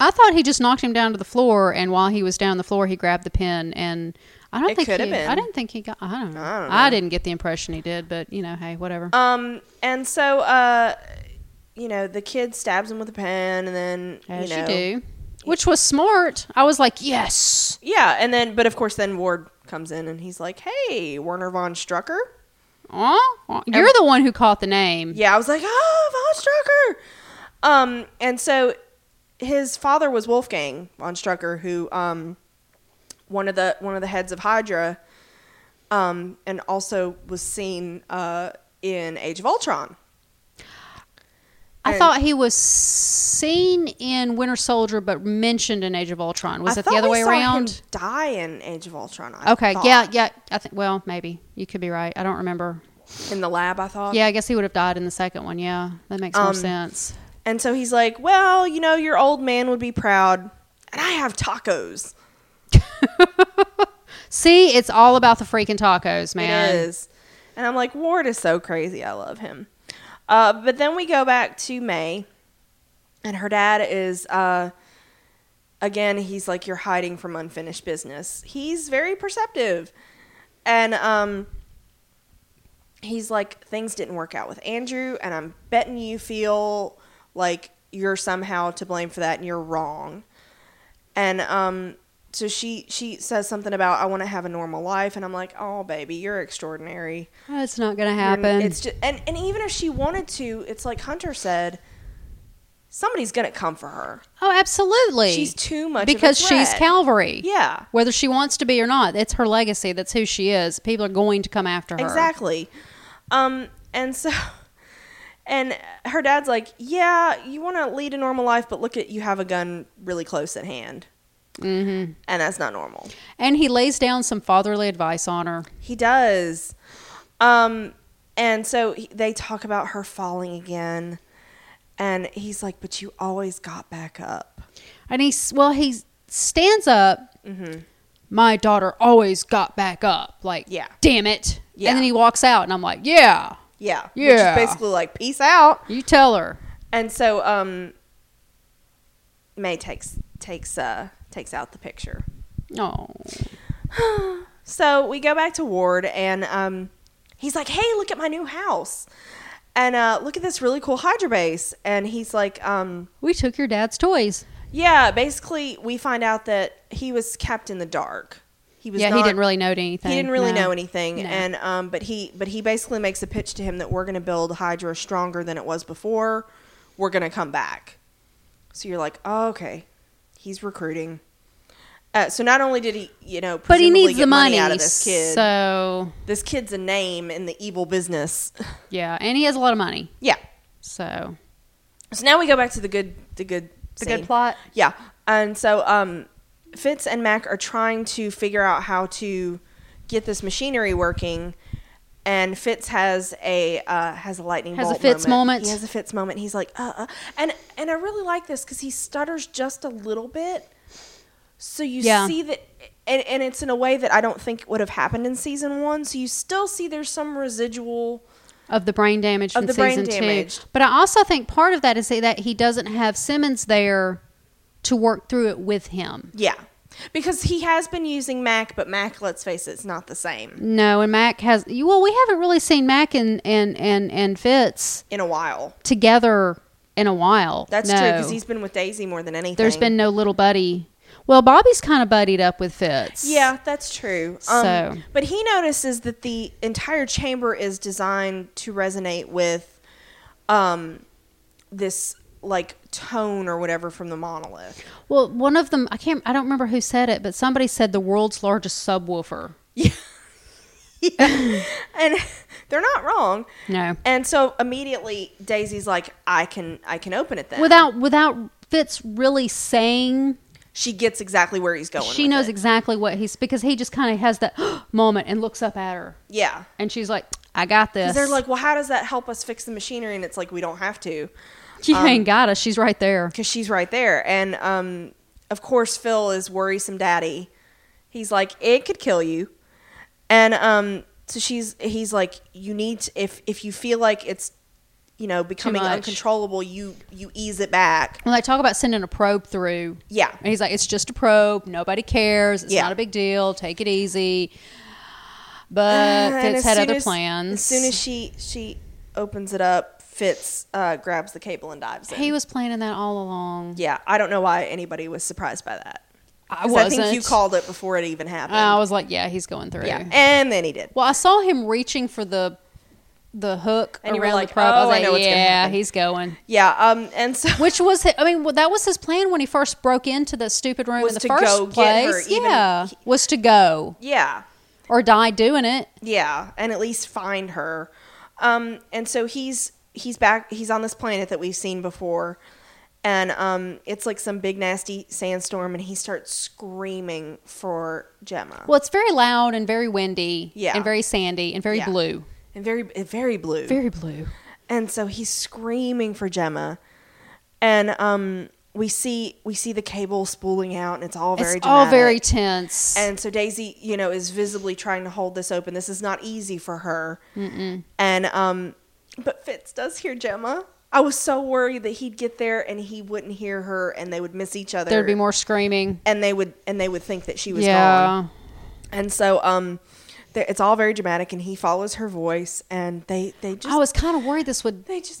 Speaker 2: I thought he just knocked him down to the floor, and while he was down on the floor, he grabbed the pen and. I don't
Speaker 1: It
Speaker 2: think
Speaker 1: could
Speaker 2: he,
Speaker 1: have been.
Speaker 2: I didn't think he got. I don't know.
Speaker 1: I don't
Speaker 2: I
Speaker 1: know.
Speaker 2: didn't get the impression he did, but you know, hey, whatever.
Speaker 1: Um, and so, uh, you know, the kid stabs him with a pen, and then
Speaker 2: As
Speaker 1: you
Speaker 2: you,
Speaker 1: know,
Speaker 2: do. Which was smart. I was like, yes.
Speaker 1: yeah, and then, but of course, then Ward comes in, and he's like, "Hey, Werner von Strucker."
Speaker 2: Aw, aw. You're the one who caught the name.
Speaker 1: Yeah, I was like, "Oh, von Strucker." Um, and so his father was Wolfgang von Strucker, who um, one of the one of the heads of Hydra, um, and also was seen uh in Age of Ultron.
Speaker 2: I
Speaker 1: And-
Speaker 2: thought he was seen in Winter Soldier, but mentioned in Age of Ultron. Was
Speaker 1: I
Speaker 2: it the
Speaker 1: thought
Speaker 2: other
Speaker 1: we
Speaker 2: way
Speaker 1: saw him
Speaker 2: around?
Speaker 1: die in Age of Ultron. I
Speaker 2: Okay.
Speaker 1: thought.
Speaker 2: Yeah. Yeah. I think. Well, maybe you could be right. I don't remember.
Speaker 1: in the lab, I thought.
Speaker 2: Yeah. I guess he would have died in the second one. Yeah. That makes more
Speaker 1: Um,
Speaker 2: sense.
Speaker 1: And so he's like, Well, you know, your old man would be proud. And I have tacos.
Speaker 2: See, it's all about the freaking tacos, man.
Speaker 1: It is. And I'm like, Ward is so crazy. I love him. Uh, but then we go back to May. And her dad is, uh, again, he's like, You're hiding from unfinished business. He's very perceptive. And um, he's like, Things didn't work out with Andrew. And I'm betting you feel like you're somehow to blame for that and you're wrong. and um so she she says something about I want to have a normal life and I'm like oh baby you're extraordinary
Speaker 2: It's not going to
Speaker 1: You're-
Speaker 2: happen.
Speaker 1: Mm, it's just and and even if she wanted to it's like Hunter said somebody's gonna come for her
Speaker 2: oh, absolutely.
Speaker 1: she's too much of a
Speaker 2: because she's
Speaker 1: threat.
Speaker 2: Calvary.
Speaker 1: yeah
Speaker 2: whether she wants to be or not it's her legacy that's who she is people are going to come after her
Speaker 1: Exactly. Um, and so, and her dad's like, yeah, you want to lead a normal life, but look at you have a gun really close at hand. Mm-hmm. And that's not normal.
Speaker 2: and he lays down some fatherly advice on her
Speaker 1: He does. Um, and so he- they talk about her falling again. And he's like, but you always got back up.
Speaker 2: and he's well he stands up
Speaker 1: Mm-hmm.
Speaker 2: my daughter always got back up like
Speaker 1: Yeah.
Speaker 2: damn it
Speaker 1: Yeah.
Speaker 2: and then he walks out and i'm like yeah
Speaker 1: Yeah.
Speaker 2: Yeah.
Speaker 1: Which is basically like, peace out.
Speaker 2: you tell her
Speaker 1: And so, um, May takes, takes, uh, takes out the picture.
Speaker 2: no
Speaker 1: So we go back to Ward, and um, he's like, "Hey, look at my new house, and uh, look at this really cool Hydra base." And he's like, um,
Speaker 2: we took your dad's toys
Speaker 1: "Yeah." Basically, we find out that he was kept in the dark. He was
Speaker 2: yeah he
Speaker 1: not-
Speaker 2: didn't really know anything
Speaker 1: He didn't really
Speaker 2: no.
Speaker 1: know anything,
Speaker 2: No.
Speaker 1: and um, but he but he basically makes a pitch to him that we're going to build Hydra stronger than it was before. We're going to come back. So you're like, oh, okay, he's recruiting. Uh, so not only did he, you know,
Speaker 2: but he
Speaker 1: presumably
Speaker 2: needs
Speaker 1: get
Speaker 2: the money,
Speaker 1: out of this kid.
Speaker 2: so
Speaker 1: this kid's a name in the evil business.
Speaker 2: yeah and he has a lot of money
Speaker 1: yeah.
Speaker 2: so
Speaker 1: So now we go back to the good the good
Speaker 2: it's a
Speaker 1: scene.
Speaker 2: good plot
Speaker 1: Yeah. And so um Fitz and Mac are trying to figure out how to get this machinery working and Fitz has a uh, has a lightning
Speaker 2: Has a
Speaker 1: bolt
Speaker 2: Fitz moment.
Speaker 1: He has a Fitz moment. He's like, uh, uh. and and I really like this because he stutters just a little bit, so you
Speaker 2: Yeah.
Speaker 1: see that, and and it's in a way that I don't think would have happened in season one. So you still see there's some residual
Speaker 2: of the brain damage
Speaker 1: Of
Speaker 2: from
Speaker 1: the brain
Speaker 2: season
Speaker 1: damage.
Speaker 2: two. But I also think part of that is that he doesn't have Simmons there to work through it with him.
Speaker 1: Yeah. Because he has been using Mac, but Mac, let's face it, it's not the same
Speaker 2: No, and Mac has. you- Well, we haven't really seen Mac and and and and Fitz
Speaker 1: in a while.
Speaker 2: together in a while.
Speaker 1: That's
Speaker 2: no.
Speaker 1: true true because he's been with Daisy more than anything.
Speaker 2: There's been no little buddy. Well, Bobby's kind of buddied up with Fitz.
Speaker 1: yeah, that's true. Um,
Speaker 2: So-
Speaker 1: but he notices that the entire chamber is designed to resonate with um, this like tone or whatever from the monolith.
Speaker 2: Well, one of them, I can't, I don't remember who said it, but somebody said the world's largest subwoofer.
Speaker 1: Yeah. yeah. and they're not wrong.
Speaker 2: No,
Speaker 1: And so immediately Daisy's like, I can I can open it then.
Speaker 2: without without Fitz really saying,
Speaker 1: she gets exactly where he's going.
Speaker 2: she
Speaker 1: with
Speaker 2: knows
Speaker 1: it.
Speaker 2: exactly what he's because he just kind of has that moment and looks up at her,
Speaker 1: Yeah.
Speaker 2: and she's like, "I got this."
Speaker 1: 'Cause They're like, well, how does that help us fix the machinery? And it's like, we don't have to.
Speaker 2: "You
Speaker 1: um,
Speaker 2: ain't got us. She's right there."
Speaker 1: because she's right there. And um, of course, Phil is worrisome daddy. He's like, it could kill you. And um, so she's he's like, you need to, if if you feel like it's you know becoming
Speaker 2: much.
Speaker 1: uncontrollable, you you ease it back.
Speaker 2: When they talk about sending a probe through,
Speaker 1: Yeah.
Speaker 2: and he's like, "It's just a probe. Nobody cares. It's
Speaker 1: Yeah. Uh,
Speaker 2: not a big deal. Take it easy." But
Speaker 1: And
Speaker 2: Fitz
Speaker 1: as
Speaker 2: had
Speaker 1: soon
Speaker 2: other
Speaker 1: as-
Speaker 2: plans.
Speaker 1: As soon as she she opens it up, Fitz uh, grabs the cable and dives in.
Speaker 2: he was planning that all along.
Speaker 1: yeah, I don't know why anybody was surprised by that.
Speaker 2: I
Speaker 1: 'Cause
Speaker 2: wasn't.
Speaker 1: think you called it before it even happened.
Speaker 2: I was like, "Yeah, he's going through."
Speaker 1: yeah, and then he did.
Speaker 2: Well, I saw him reaching for the the hook
Speaker 1: And you were
Speaker 2: around
Speaker 1: like,
Speaker 2: the probe.
Speaker 1: "Oh,
Speaker 2: I was
Speaker 1: I
Speaker 2: like,
Speaker 1: know what's gonna
Speaker 2: yeah,
Speaker 1: happen."
Speaker 2: he's going.
Speaker 1: Yeah, um, and so
Speaker 2: Which was, hi- I mean, well, that was his plan when he first broke into the stupid room
Speaker 1: Was
Speaker 2: in the
Speaker 1: to
Speaker 2: first
Speaker 1: go
Speaker 2: place.
Speaker 1: get her, even-
Speaker 2: yeah, was to go
Speaker 1: yeah,
Speaker 2: or die doing it.
Speaker 1: Yeah, and at least find her. Um, and so he's he's back. He's on this planet that we've seen before, and um, it's like some big nasty sandstorm, and he starts screaming for Gemma.
Speaker 2: Well, it's very loud and very windy,
Speaker 1: Yeah.
Speaker 2: and very sandy and very
Speaker 1: Yeah.
Speaker 2: blue,
Speaker 1: and very very blue.
Speaker 2: very blue.
Speaker 1: and so he's screaming for Gemma, and um, we see we see the cable spooling out, and it's all very
Speaker 2: it's all very
Speaker 1: dramatic.
Speaker 2: tense.
Speaker 1: And so Daisy, you know, is visibly trying to hold this open. This is not easy for her. And um, but Fitz does hear Gemma. I was so worried that he'd get there and he wouldn't hear her, and they would miss each other.
Speaker 2: There'd be more screaming.
Speaker 1: and they would and they would think that she was gone.
Speaker 2: Yeah,
Speaker 1: And so um, th- it's all very dramatic, and he follows her voice, and they they just
Speaker 2: I was kind of worried this would
Speaker 1: They just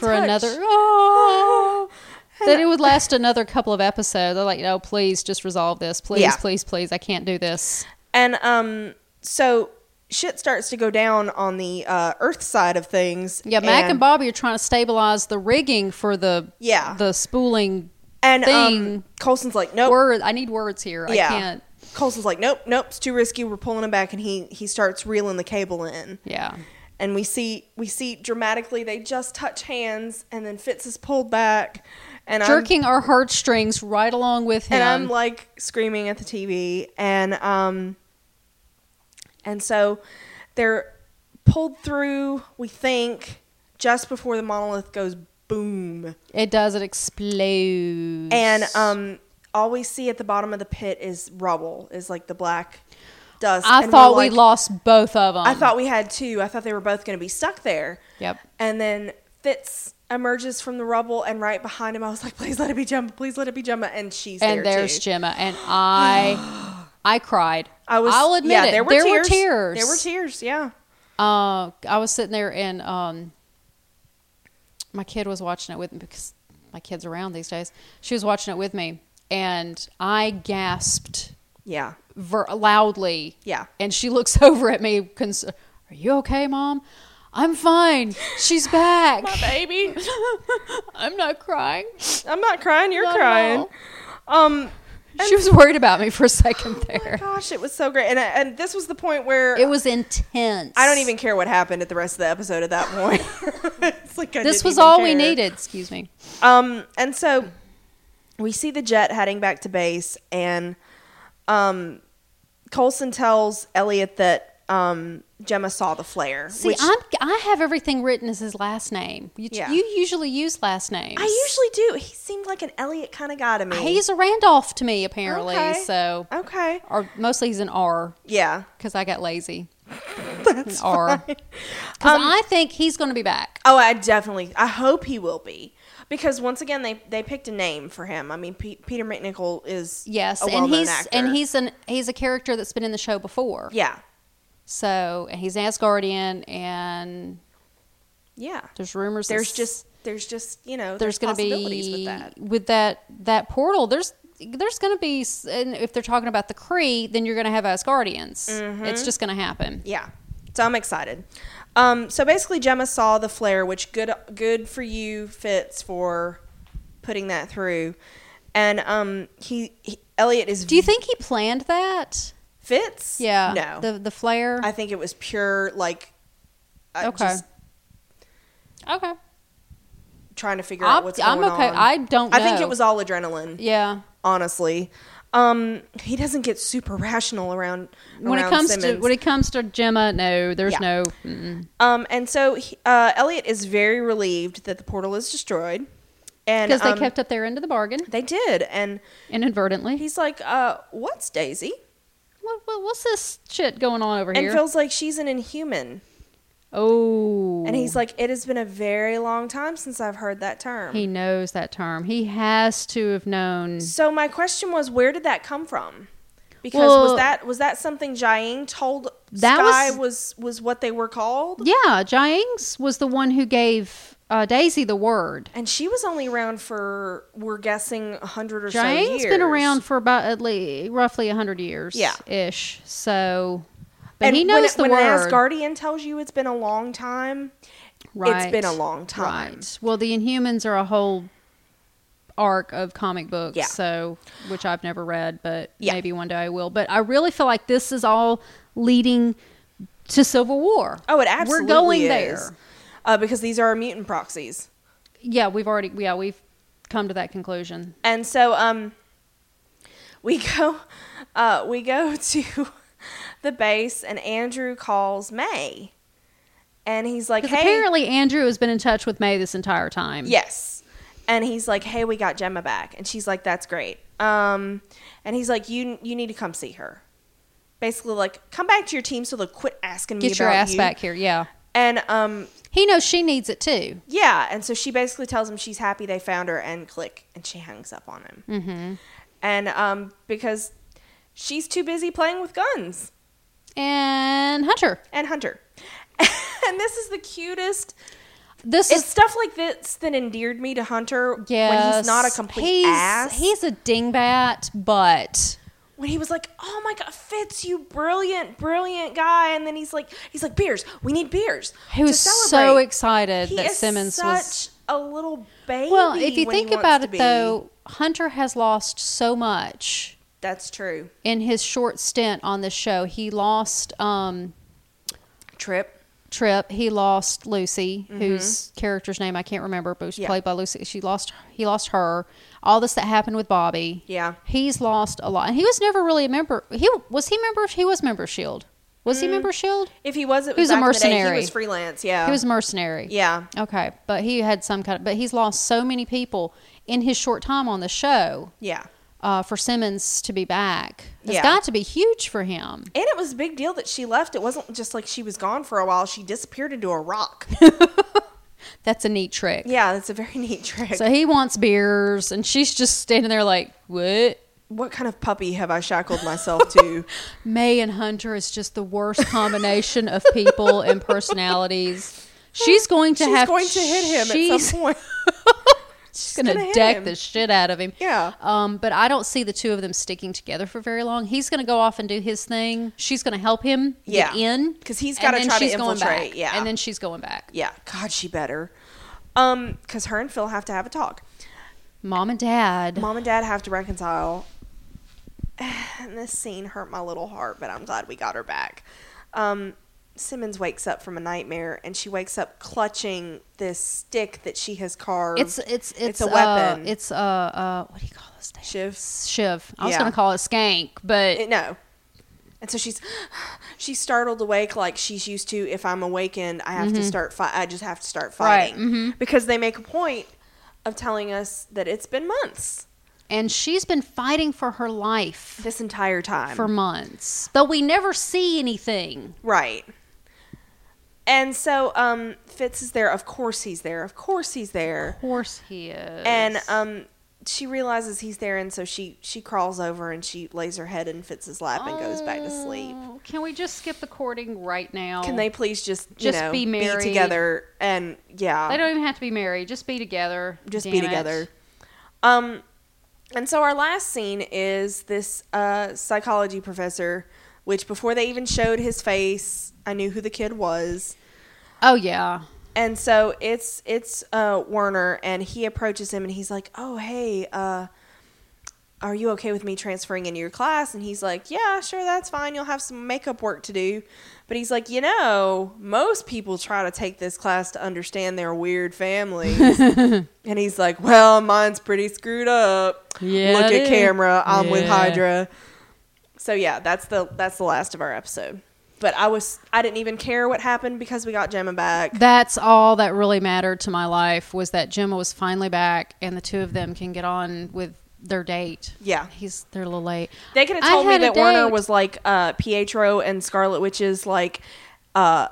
Speaker 1: really
Speaker 2: for
Speaker 1: touched.
Speaker 2: another. Oh. that it would last another couple of episodes. They're like, no, please just resolve this. Please,
Speaker 1: Yeah.
Speaker 2: please, please. I can't do this.
Speaker 1: And um, so shit starts to go down on the uh, Earth side of things.
Speaker 2: Yeah, Mac and, Bobby are trying to stabilize the rigging for the
Speaker 1: Yeah.
Speaker 2: the spooling.
Speaker 1: and um,
Speaker 2: thing-
Speaker 1: Colson's like, nope,
Speaker 2: Word, I need words here. I can't.
Speaker 1: Colson's like, nope, nope, it's too risky. We're pulling him back, and he he starts reeling the cable in.
Speaker 2: Yeah,
Speaker 1: And we see we see dramatically they just touch hands, and then Fitz is pulled back, and
Speaker 2: jerking our heartstrings right along with
Speaker 1: I'm
Speaker 2: him.
Speaker 1: and I'm like screaming at the TV, and um, and so they're pulled through. We think just before the monolith goes boom,
Speaker 2: it does. It explodes.
Speaker 1: and um. All we see at the bottom of the pit is rubble, is like the black dust.
Speaker 2: I
Speaker 1: and we're
Speaker 2: thought we
Speaker 1: like,
Speaker 2: lost both of them.
Speaker 1: I thought we had two. I thought they were both going to be stuck there.
Speaker 2: Yep.
Speaker 1: And then Fitz emerges from the rubble, and right behind him, I was like, "Please let it be Gemma. Please let it be Gemma." And she's
Speaker 2: and
Speaker 1: there
Speaker 2: there's
Speaker 1: too.
Speaker 2: Gemma, and I, I cried.
Speaker 1: I was.
Speaker 2: I'll admit
Speaker 1: yeah,
Speaker 2: it.
Speaker 1: There were tears. There were tears. Yeah.
Speaker 2: Uh, I was sitting there and um, my kid was watching it with me because my kid's around these days. She was watching it with me, and I gasped
Speaker 1: Yeah.
Speaker 2: ver- loudly.
Speaker 1: Yeah.
Speaker 2: and she looks over at me. Cons- Are you okay, mom? I'm fine. She's back.
Speaker 1: My baby.
Speaker 2: I'm not crying.
Speaker 1: I'm not crying. You're
Speaker 2: Not at
Speaker 1: crying.
Speaker 2: all.
Speaker 1: Um.
Speaker 2: she was worried about me for a second
Speaker 1: Oh my
Speaker 2: there.
Speaker 1: Gosh, it was so great, and and this was the point where
Speaker 2: It was intense.
Speaker 1: I don't even care what happened at the rest of the episode at that point. it's like I
Speaker 2: This
Speaker 1: didn't
Speaker 2: was
Speaker 1: even
Speaker 2: all we
Speaker 1: care.
Speaker 2: needed. Excuse me.
Speaker 1: Um, and so we see the jet heading back to base, and um, Colson tells Elliot that um, Gemma saw the flare.
Speaker 2: See, I'm, I have everything written as his last name. You,
Speaker 1: Yeah.
Speaker 2: you usually use last names.
Speaker 1: I usually do. He seemed like an Elliot kind of guy to me.
Speaker 2: He's a Randolph to me, apparently.
Speaker 1: Okay.
Speaker 2: So,
Speaker 1: okay.
Speaker 2: or mostly he's an R
Speaker 1: Yeah.
Speaker 2: because I got lazy. That's an R. Because
Speaker 1: Um,
Speaker 2: I think he's going to be back.
Speaker 1: Oh, I definitely. I hope he will be. Because once again, they, they picked a name for him. I mean, Pe- Peter McNichol is
Speaker 2: Yes,
Speaker 1: a
Speaker 2: and
Speaker 1: well-known
Speaker 2: he's
Speaker 1: actor.
Speaker 2: and he's an he's a character that's been in the show before.
Speaker 1: yeah
Speaker 2: So, and he's an Asgardian, and
Speaker 1: yeah.
Speaker 2: there's rumors
Speaker 1: There's
Speaker 2: that
Speaker 1: just there's just you know there's,
Speaker 2: there's, going to
Speaker 1: possibilities
Speaker 2: be
Speaker 1: with that.
Speaker 2: with that that portal. There's there's going to be, s- and if they're talking about the
Speaker 1: Mm-hmm.
Speaker 2: Cree, then you're going to have Asgardians. It's just going to happen.
Speaker 1: Yeah. So I'm excited. Um, so basically, Gemma saw the flare, which good good for you, Fitz, for putting that through. And um, he, he Elliot is.
Speaker 2: Do you think he planned that?
Speaker 1: Fitz?
Speaker 2: Yeah.
Speaker 1: No,
Speaker 2: The the flare.
Speaker 1: I think it was pure like. I
Speaker 2: Okay.
Speaker 1: Just
Speaker 2: okay.
Speaker 1: trying to figure out
Speaker 2: I'm,
Speaker 1: what's going
Speaker 2: I'm okay.
Speaker 1: on.
Speaker 2: I don't. Know.
Speaker 1: I think it was all adrenaline.
Speaker 2: Yeah.
Speaker 1: Honestly, um, he doesn't get super rational around
Speaker 2: When it
Speaker 1: around
Speaker 2: comes to
Speaker 1: Simmons.
Speaker 2: when it comes to Gemma, no, there's
Speaker 1: Yeah.
Speaker 2: no. Mm-mm.
Speaker 1: Um, and so he- uh, Elliot is very relieved that the portal is destroyed, and
Speaker 2: because
Speaker 1: um,
Speaker 2: they kept up their end of the bargain
Speaker 1: they did, and
Speaker 2: inadvertently.
Speaker 1: he's like, uh, "What's Daisy?"
Speaker 2: What, what, what's this shit going on over
Speaker 1: And
Speaker 2: here?
Speaker 1: feels like she's an inhuman,
Speaker 2: oh,
Speaker 1: and he's like, "It has been a very long time since I've heard that term."
Speaker 2: he knows that term. He has to have known.
Speaker 1: so my question was, where did that come from? Because
Speaker 2: Well-
Speaker 1: was that was that something Jiang told
Speaker 2: That
Speaker 1: Sky
Speaker 2: was-
Speaker 1: was, was what they were called,
Speaker 2: Yeah, Jiang's was the one who gave uh, Daisy the word.
Speaker 1: and she was only around for we're guessing a hundred or so
Speaker 2: Jiang's
Speaker 1: years.
Speaker 2: been around for about at least roughly hundred years,
Speaker 1: Yeah.
Speaker 2: ish. So, but
Speaker 1: and
Speaker 2: he
Speaker 1: when,
Speaker 2: knows
Speaker 1: when
Speaker 2: the
Speaker 1: an
Speaker 2: word.
Speaker 1: Asgardian tells you it's been a long time,
Speaker 2: right?
Speaker 1: it's been a long time.
Speaker 2: Right. Well, the Inhumans are a whole arc of comic books,
Speaker 1: Yeah.
Speaker 2: so which I've never read, but
Speaker 1: Yeah.
Speaker 2: maybe one day I will. But I really feel like this is all leading to Civil War.
Speaker 1: Oh, it absolutely
Speaker 2: We're going
Speaker 1: is.
Speaker 2: there.
Speaker 1: uh, because these are our mutant proxies,
Speaker 2: Yeah, we've already yeah we've come to that conclusion.
Speaker 1: and so um, we go, uh, we go to the base, and Andrew calls May, and he's like,
Speaker 2: Because
Speaker 1: "Hey,
Speaker 2: apparently Andrew has been in touch with May this entire time.
Speaker 1: yes," and he's like, "Hey, we got Gemma back," and she's like, "That's great," um, and he's like, "You you need to come see her." Basically, like, come back to your team so they'll quit asking me
Speaker 2: Get your
Speaker 1: about
Speaker 2: ass
Speaker 1: you."
Speaker 2: back here. Yeah.
Speaker 1: And um,
Speaker 2: He knows she needs it too.
Speaker 1: Yeah, and so she basically tells him she's happy they found her, and click, and she hangs up on him.
Speaker 2: Mm-hmm.
Speaker 1: And um, because she's too busy playing with guns
Speaker 2: And Hunter.
Speaker 1: and Hunter, and this is the cutest.
Speaker 2: This
Speaker 1: It's
Speaker 2: is
Speaker 1: stuff like this that endeared me to Hunter when he's not a
Speaker 2: yes.
Speaker 1: complete
Speaker 2: he's,
Speaker 1: ass.
Speaker 2: He's a dingbat, but
Speaker 1: when he was like, "Oh my God, Fitz, you brilliant, brilliant guy," and then he's like, "He's like beers. We need beers."
Speaker 2: He
Speaker 1: to
Speaker 2: was so
Speaker 1: celebrate."
Speaker 2: excited
Speaker 1: He
Speaker 2: that
Speaker 1: is
Speaker 2: Simmons
Speaker 1: such
Speaker 2: was.
Speaker 1: a little baby.
Speaker 2: Well, if you
Speaker 1: when he
Speaker 2: think
Speaker 1: wants
Speaker 2: about
Speaker 1: to
Speaker 2: it,
Speaker 1: be.
Speaker 2: though, Hunter has lost so much
Speaker 1: that's true.
Speaker 2: in his short stint on this show. He lost um,
Speaker 1: Trip.
Speaker 2: Trip. He lost Lucy, whose character's name I can't remember, but was
Speaker 1: Mm-hmm. Yeah.
Speaker 2: played by Lucy. She lost. He lost her. All this that happened with Bobby.
Speaker 1: Yeah.
Speaker 2: He's lost a lot, and he was never really a member. He was he member. He was member of Shield. E Was E he member of Shield?
Speaker 1: If he was, it
Speaker 2: He
Speaker 1: was
Speaker 2: was a
Speaker 1: back in the day,
Speaker 2: mercenary.
Speaker 1: he was freelance. Mm-hmm. Yeah,
Speaker 2: He was a mercenary.
Speaker 1: Yeah,
Speaker 2: Okay, but he had some kind of, but he's lost so many people in his short time on the show.
Speaker 1: yeah.
Speaker 2: Uh, for Simmons to be back, it's
Speaker 1: Yeah.
Speaker 2: got to be huge for him.
Speaker 1: And it was a big deal that she left. It wasn't just like she was gone for a while. She disappeared into a rock.
Speaker 2: That's a neat trick.
Speaker 1: yeah, that's a very neat trick.
Speaker 2: So he wants beers, and she's just standing there like, "What?"
Speaker 1: what kind of puppy have I shackled myself to?
Speaker 2: May and Hunter is just the worst combination of people and personalities. She's going to
Speaker 1: She's
Speaker 2: have
Speaker 1: going to hit him at
Speaker 2: she's-
Speaker 1: some point.
Speaker 2: She's
Speaker 1: gonna
Speaker 2: gonna,
Speaker 1: hit
Speaker 2: deck
Speaker 1: him.
Speaker 2: the shit out of him.
Speaker 1: Yeah.
Speaker 2: Um, but I don't see the two of them sticking together for very long. He's gonna go off and do his thing. She's gonna help him
Speaker 1: Yeah.
Speaker 2: get in
Speaker 1: 'Cause he's
Speaker 2: and
Speaker 1: gotta
Speaker 2: then
Speaker 1: try to
Speaker 2: she's going
Speaker 1: infiltrate,
Speaker 2: back.
Speaker 1: yeah.
Speaker 2: and then she's going back.
Speaker 1: Yeah, God, she better. Um, because her and Phil have to have a talk.
Speaker 2: Mom and Dad.
Speaker 1: Mom and Dad have to reconcile. And this scene hurt my little heart, but I'm glad we got her back. Um, Simmons wakes up from a nightmare, and she wakes up clutching this stick that she has carved.
Speaker 2: It's it's it's,
Speaker 1: a
Speaker 2: a
Speaker 1: weapon.
Speaker 2: weapon. it's uh uh what do you call this thing?
Speaker 1: Shiv.
Speaker 2: Shiv. I was
Speaker 1: Yeah.
Speaker 2: gonna call it skank, but
Speaker 1: It- no. And so she's she's startled awake like she's used to. If I'm awakened, I have to start. Fi- I just have to start
Speaker 2: Mm-hmm. Right, mm-hmm.
Speaker 1: fighting because they make a point of telling us that it's been months
Speaker 2: and she's been fighting for her life
Speaker 1: this entire time.
Speaker 2: for months, but we never see anything.
Speaker 1: Right. And so um, Fitz is there. Of course he's there. Of course he's there.
Speaker 2: Of course he is.
Speaker 1: And um, she realizes he's there, and so she she crawls over and she lays her head in Fitz's lap and goes back to sleep.
Speaker 2: Oh, Can we just skip the courting right now?
Speaker 1: Can they please just you
Speaker 2: Oh. Just
Speaker 1: know,
Speaker 2: be
Speaker 1: be,
Speaker 2: married.
Speaker 1: together and yeah,
Speaker 2: They don't even have to be married. Just be together.
Speaker 1: just
Speaker 2: Damn
Speaker 1: be
Speaker 2: it.
Speaker 1: together. Um, and so our last scene is this uh, psychology professor, which before they even showed his face, I knew who the kid was.
Speaker 2: Oh yeah.
Speaker 1: And so it's it's uh, Werner, and he approaches him, and he's like, "Oh, hey, uh, are you okay with me transferring into your class?" And he's like, "Yeah, sure, that's fine. You'll have some makeup work to do." But he's like, "You know, most people try to take this class to understand their weird families." and he's like, "Well, mine's pretty screwed up.
Speaker 2: Yeah,
Speaker 1: Look
Speaker 2: it
Speaker 1: at
Speaker 2: is.
Speaker 1: camera. I'm with
Speaker 2: Yeah.
Speaker 1: Hydra." So yeah, that's the that's the last of our episode. But I was I didn't even care what happened because we got Gemma back.
Speaker 2: That's all that really mattered to my life was that Gemma was finally back and the two of them can get on with their date.
Speaker 1: Yeah.
Speaker 2: He's they're a little late.
Speaker 1: They could have
Speaker 2: I
Speaker 1: told me
Speaker 2: had a
Speaker 1: that Warner
Speaker 2: date.
Speaker 1: was like uh, Pietro and Scarlet Witch's like uh,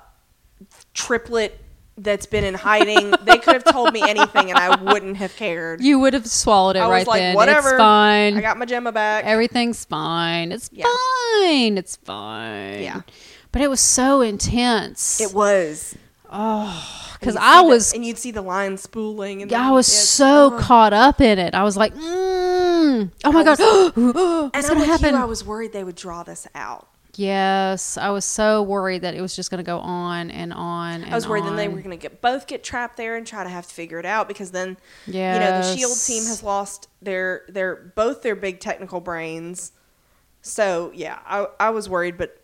Speaker 1: triplet that's been in hiding. they could have told me anything, and I wouldn't have cared.
Speaker 2: You would have swallowed it
Speaker 1: I
Speaker 2: right
Speaker 1: was like,
Speaker 2: then.
Speaker 1: whatever.
Speaker 2: It's fine.
Speaker 1: I got my Gemma back.
Speaker 2: Everything's fine. It's
Speaker 1: Yeah.
Speaker 2: fine. It's fine.
Speaker 1: Yeah.
Speaker 2: But it was so intense.
Speaker 1: it was
Speaker 2: Because I was
Speaker 1: and you'd see the line spooling. And
Speaker 2: I
Speaker 1: then
Speaker 2: was
Speaker 1: it's-
Speaker 2: so
Speaker 1: Ugh.
Speaker 2: caught up in it. I was like, mm, oh my
Speaker 1: I
Speaker 2: god,
Speaker 1: was-
Speaker 2: what's
Speaker 1: And I'm
Speaker 2: gonna
Speaker 1: like
Speaker 2: happen?
Speaker 1: you, I was worried they would draw this out.
Speaker 2: yes, I was so worried that it was just gonna go on and on. And
Speaker 1: I was worried then they
Speaker 2: on.
Speaker 1: were going to get both get trapped there and try to have to figure it out because then you know the Shield
Speaker 2: Yes.
Speaker 1: E team has lost their their both their big technical brains. So yeah, I I was worried, but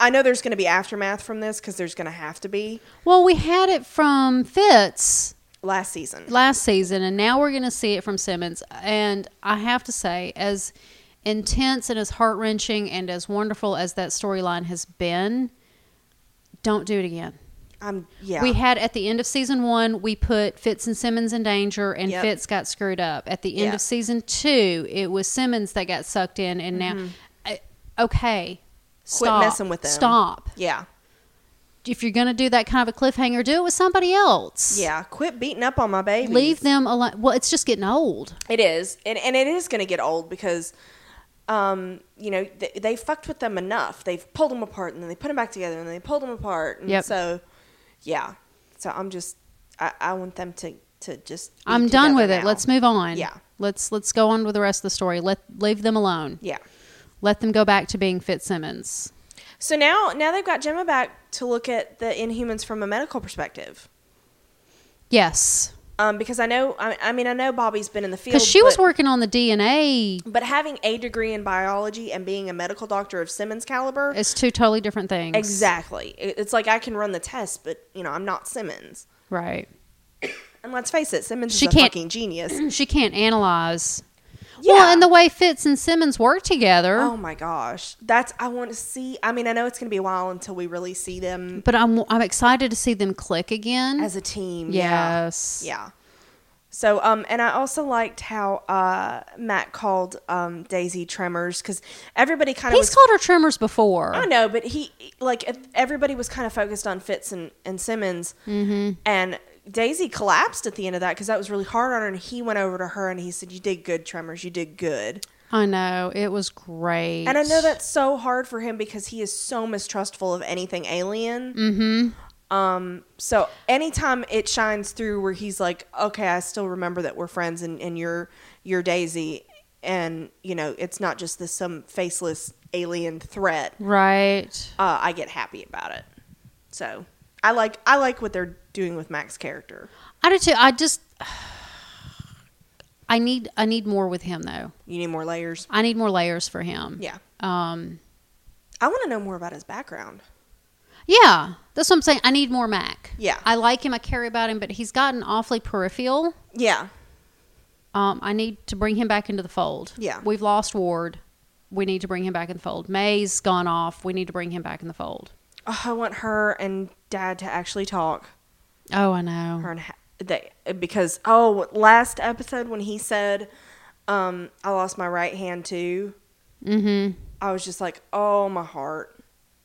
Speaker 1: I know there's going to be aftermath from this because there's going to have to be
Speaker 2: Well, we had it from Fitz
Speaker 1: last season.
Speaker 2: last season, and now we're gonna see it from Simmons. And I have to say, as intense and as heart wrenching and as wonderful as that storyline has been, don't do it again.
Speaker 1: I'm yeah.
Speaker 2: We had at the end of season one, we put Fitz and Simmons in danger, and
Speaker 1: Yep.
Speaker 2: Fitz got screwed up. At the end
Speaker 1: Yeah.
Speaker 2: of season two, it was Simmons that got sucked in, and now, I, okay, stop
Speaker 1: Mm-hmm. messing with them.
Speaker 2: Stop.
Speaker 1: yeah.
Speaker 2: If you're going to do that kind of a cliffhanger, do it with somebody else.
Speaker 1: Yeah, quit beating up on my baby.
Speaker 2: Leave them alone. Well, it's just getting old.
Speaker 1: It is, and and it is going to get old because, um, you know, they, they fucked with them enough. They've pulled them apart, and then they put them back together, and then they pulled them apart. And
Speaker 2: Yep.
Speaker 1: So, yeah. So I'm just, I, I want them to to just. be
Speaker 2: I'm done
Speaker 1: together
Speaker 2: with it.
Speaker 1: now.
Speaker 2: Let's move on.
Speaker 1: Yeah.
Speaker 2: Let's let's go on with the rest of the story. Let leave them alone.
Speaker 1: Yeah.
Speaker 2: Let them go back to being Fitzsimmons.
Speaker 1: So now now they've got Gemma back to look at the Inhumans from a medical perspective.
Speaker 2: Yes,
Speaker 1: Um, because I know, I, I mean, I know Bobby's been in the field
Speaker 2: because she was
Speaker 1: but-
Speaker 2: working on the DNA.
Speaker 1: But having a degree in biology and being a medical doctor of Simmons caliber
Speaker 2: It's two totally different things.
Speaker 1: Exactly. It- It's like I can run the test, but you know I'm not Simmons.
Speaker 2: Right.
Speaker 1: And let's face it, Simmons
Speaker 2: She
Speaker 1: is a
Speaker 2: can't-
Speaker 1: fucking genius.
Speaker 2: She can't analyze.
Speaker 1: Yeah.
Speaker 2: Well, and the way Fitz and Simmons work together.
Speaker 1: oh my gosh, that's I want to see. I mean, I know it's gonna be a while until we really see them
Speaker 2: But I'm I'm excited to see them click again.
Speaker 1: as a team. Yeah.
Speaker 2: yes.
Speaker 1: Yeah. So um, and I also liked how uh Matt called um Daisy Tremors because everybody kind of
Speaker 2: He's
Speaker 1: was.
Speaker 2: called her tremors before.
Speaker 1: I know, but he like if- everybody was kind of focused on Fitz and, and Simmons, and Daisy collapsed at the end of that because that was really hard on her. And he went over to her and he said, "You did good, Tremors. You did good."
Speaker 2: I know. It was great.
Speaker 1: And I know that's so hard for him because he is so mistrustful of anything alien. Mm-hmm. Um. So anytime it shines through where he's like, "Okay, I still remember that we're friends, and and you're you're Daisy." And you know, it's not just this some faceless alien threat
Speaker 2: Right.
Speaker 1: uh, I get happy about it. So I like I like what they're doing with Mac's character.
Speaker 2: I do too. I just I need I need more with him though.
Speaker 1: You need more layers.
Speaker 2: I need more layers for him.
Speaker 1: Yeah,
Speaker 2: Um
Speaker 1: I want to know more about his background.
Speaker 2: yeah. That's what I'm saying. I need more Mac.
Speaker 1: Yeah.
Speaker 2: I like him. I care about him, but he's gotten awfully peripheral.
Speaker 1: Yeah,
Speaker 2: Um, I need to bring him back into the fold.
Speaker 1: Yeah.
Speaker 2: We've lost Ward. We need to bring him back in the fold. May's gone off. We need to bring him back in the fold.
Speaker 1: oh, I want her and Dad to actually talk.
Speaker 2: Oh, I know.
Speaker 1: Her and ha- they because oh, last episode when he said, um, "I lost my right hand too,"
Speaker 2: Mm-hmm.
Speaker 1: I was just like, "Oh, my heart."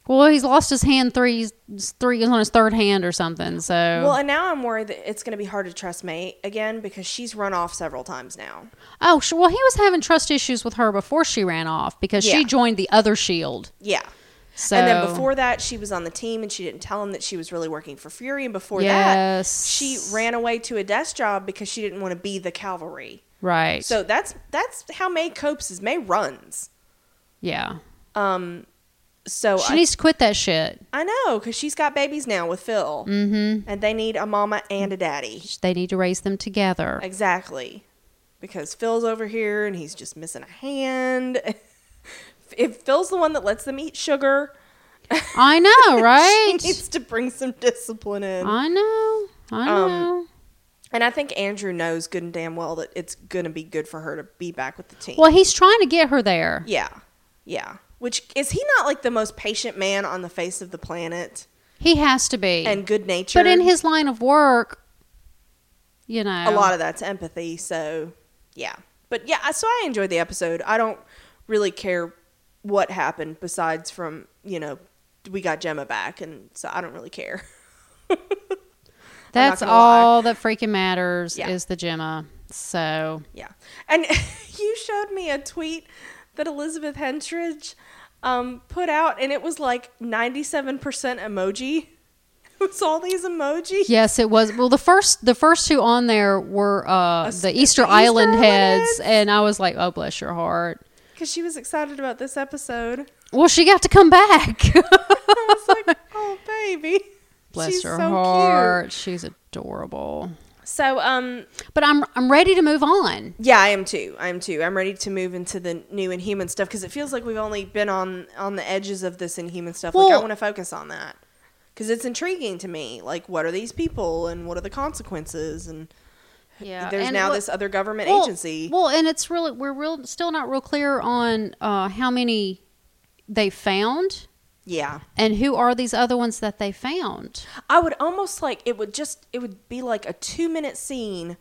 Speaker 2: Well, he's lost his hand three, he's- three is on his third hand or something. So,
Speaker 1: Well, and now I'm worried that it's going to be hard to trust May again because she's run off several times now.
Speaker 2: oh, sure. Well, he was having trust issues with her before she ran off because
Speaker 1: Yeah.
Speaker 2: she joined the other shield.
Speaker 1: Yeah.
Speaker 2: So,
Speaker 1: And then before that, she was on the team and she didn't tell him that she was really working for Fury. And before
Speaker 2: Yes.
Speaker 1: that, she ran away to a desk job because she didn't want to be the cavalry.
Speaker 2: right?
Speaker 1: So that's that's how May copes is May runs.
Speaker 2: yeah,
Speaker 1: Um, So
Speaker 2: She
Speaker 1: I,
Speaker 2: needs to quit that shit.
Speaker 1: I know because she's got babies now with Phil, mm-hmm. and they need a mama and a daddy.
Speaker 2: They need to raise them together.
Speaker 1: Exactly, because Phil's over here and he's just missing a hand. if Phil's the one that lets them eat sugar,
Speaker 2: I know, right?
Speaker 1: she needs to bring some discipline in.
Speaker 2: I know. I
Speaker 1: Um,
Speaker 2: know.
Speaker 1: And I think Andrew knows good and damn well that it's going to be good for her to be back with the team.
Speaker 2: Well, he's trying to get her there.
Speaker 1: Yeah. Yeah. Which is he not like the most patient man on the face of the planet
Speaker 2: He has to be.
Speaker 1: and good natured?
Speaker 2: but in his line of work, you know,
Speaker 1: a lot of that's empathy. So, yeah. But yeah, I- so I enjoyed the episode. I don't really care what happened besides from, you know, we got Gemma back. And so I don't really care.
Speaker 2: that's
Speaker 1: I'm not gonna lie.
Speaker 2: all that freaking matters
Speaker 1: Yeah.
Speaker 2: is the Gemma. So
Speaker 1: Yeah. And you showed me a tweet that Elizabeth Hentridge um, put out, and it was like 97% emoji. It was all these emojis.
Speaker 2: yes, it was. Well, the first the first two on there were uh,
Speaker 1: s-
Speaker 2: the Easter
Speaker 1: Easter
Speaker 2: Island
Speaker 1: Island
Speaker 2: heads,
Speaker 1: heads.
Speaker 2: and I was like, oh bless your heart.
Speaker 1: Because she was excited about this episode.
Speaker 2: Well, she got to come back.
Speaker 1: I was like, oh, baby.
Speaker 2: bless
Speaker 1: She's
Speaker 2: her
Speaker 1: so
Speaker 2: heart. She's adorable.
Speaker 1: Cute. So, um,
Speaker 2: But I'm I'm ready to move on.
Speaker 1: yeah, I am too. I am too. I'm ready to move into the new Inhuman stuff because it feels like we've only been on on the edges of this Inhuman stuff. like, I
Speaker 2: Well-
Speaker 1: want to focus on that because it's intriguing to me. Like, what are these people and what are the consequences? And
Speaker 2: Yeah,
Speaker 1: there's now this other government
Speaker 2: well,
Speaker 1: agency.
Speaker 2: Well, and it's really we're real still not real clear on uh, how many they found
Speaker 1: yeah.
Speaker 2: and who are these other ones that they found.
Speaker 1: I would almost like it would just it would be like a 2 minute scene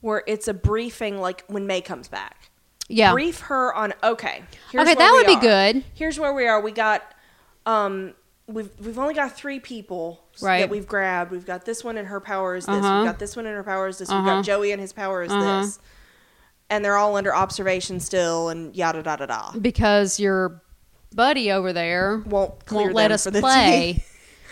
Speaker 1: where it's a briefing like when May comes back.
Speaker 2: Yeah,
Speaker 1: Brief her on okay. Here's where
Speaker 2: Okay, that
Speaker 1: we
Speaker 2: would be
Speaker 1: are.
Speaker 2: good.
Speaker 1: Here's where we are. We got um we've we've only got 3 people
Speaker 2: Right.
Speaker 1: that we've grabbed. We've got this one and her power is this.
Speaker 2: Uh-huh.
Speaker 1: We've got this one and her power is this. We've
Speaker 2: Uh-huh.
Speaker 1: got Joey and his power is
Speaker 2: Uh-huh.
Speaker 1: this. And they're all under observation still and yada da da da.
Speaker 2: because your buddy over there
Speaker 1: Won't clear
Speaker 2: won't let
Speaker 1: them
Speaker 2: us
Speaker 1: for the
Speaker 2: play.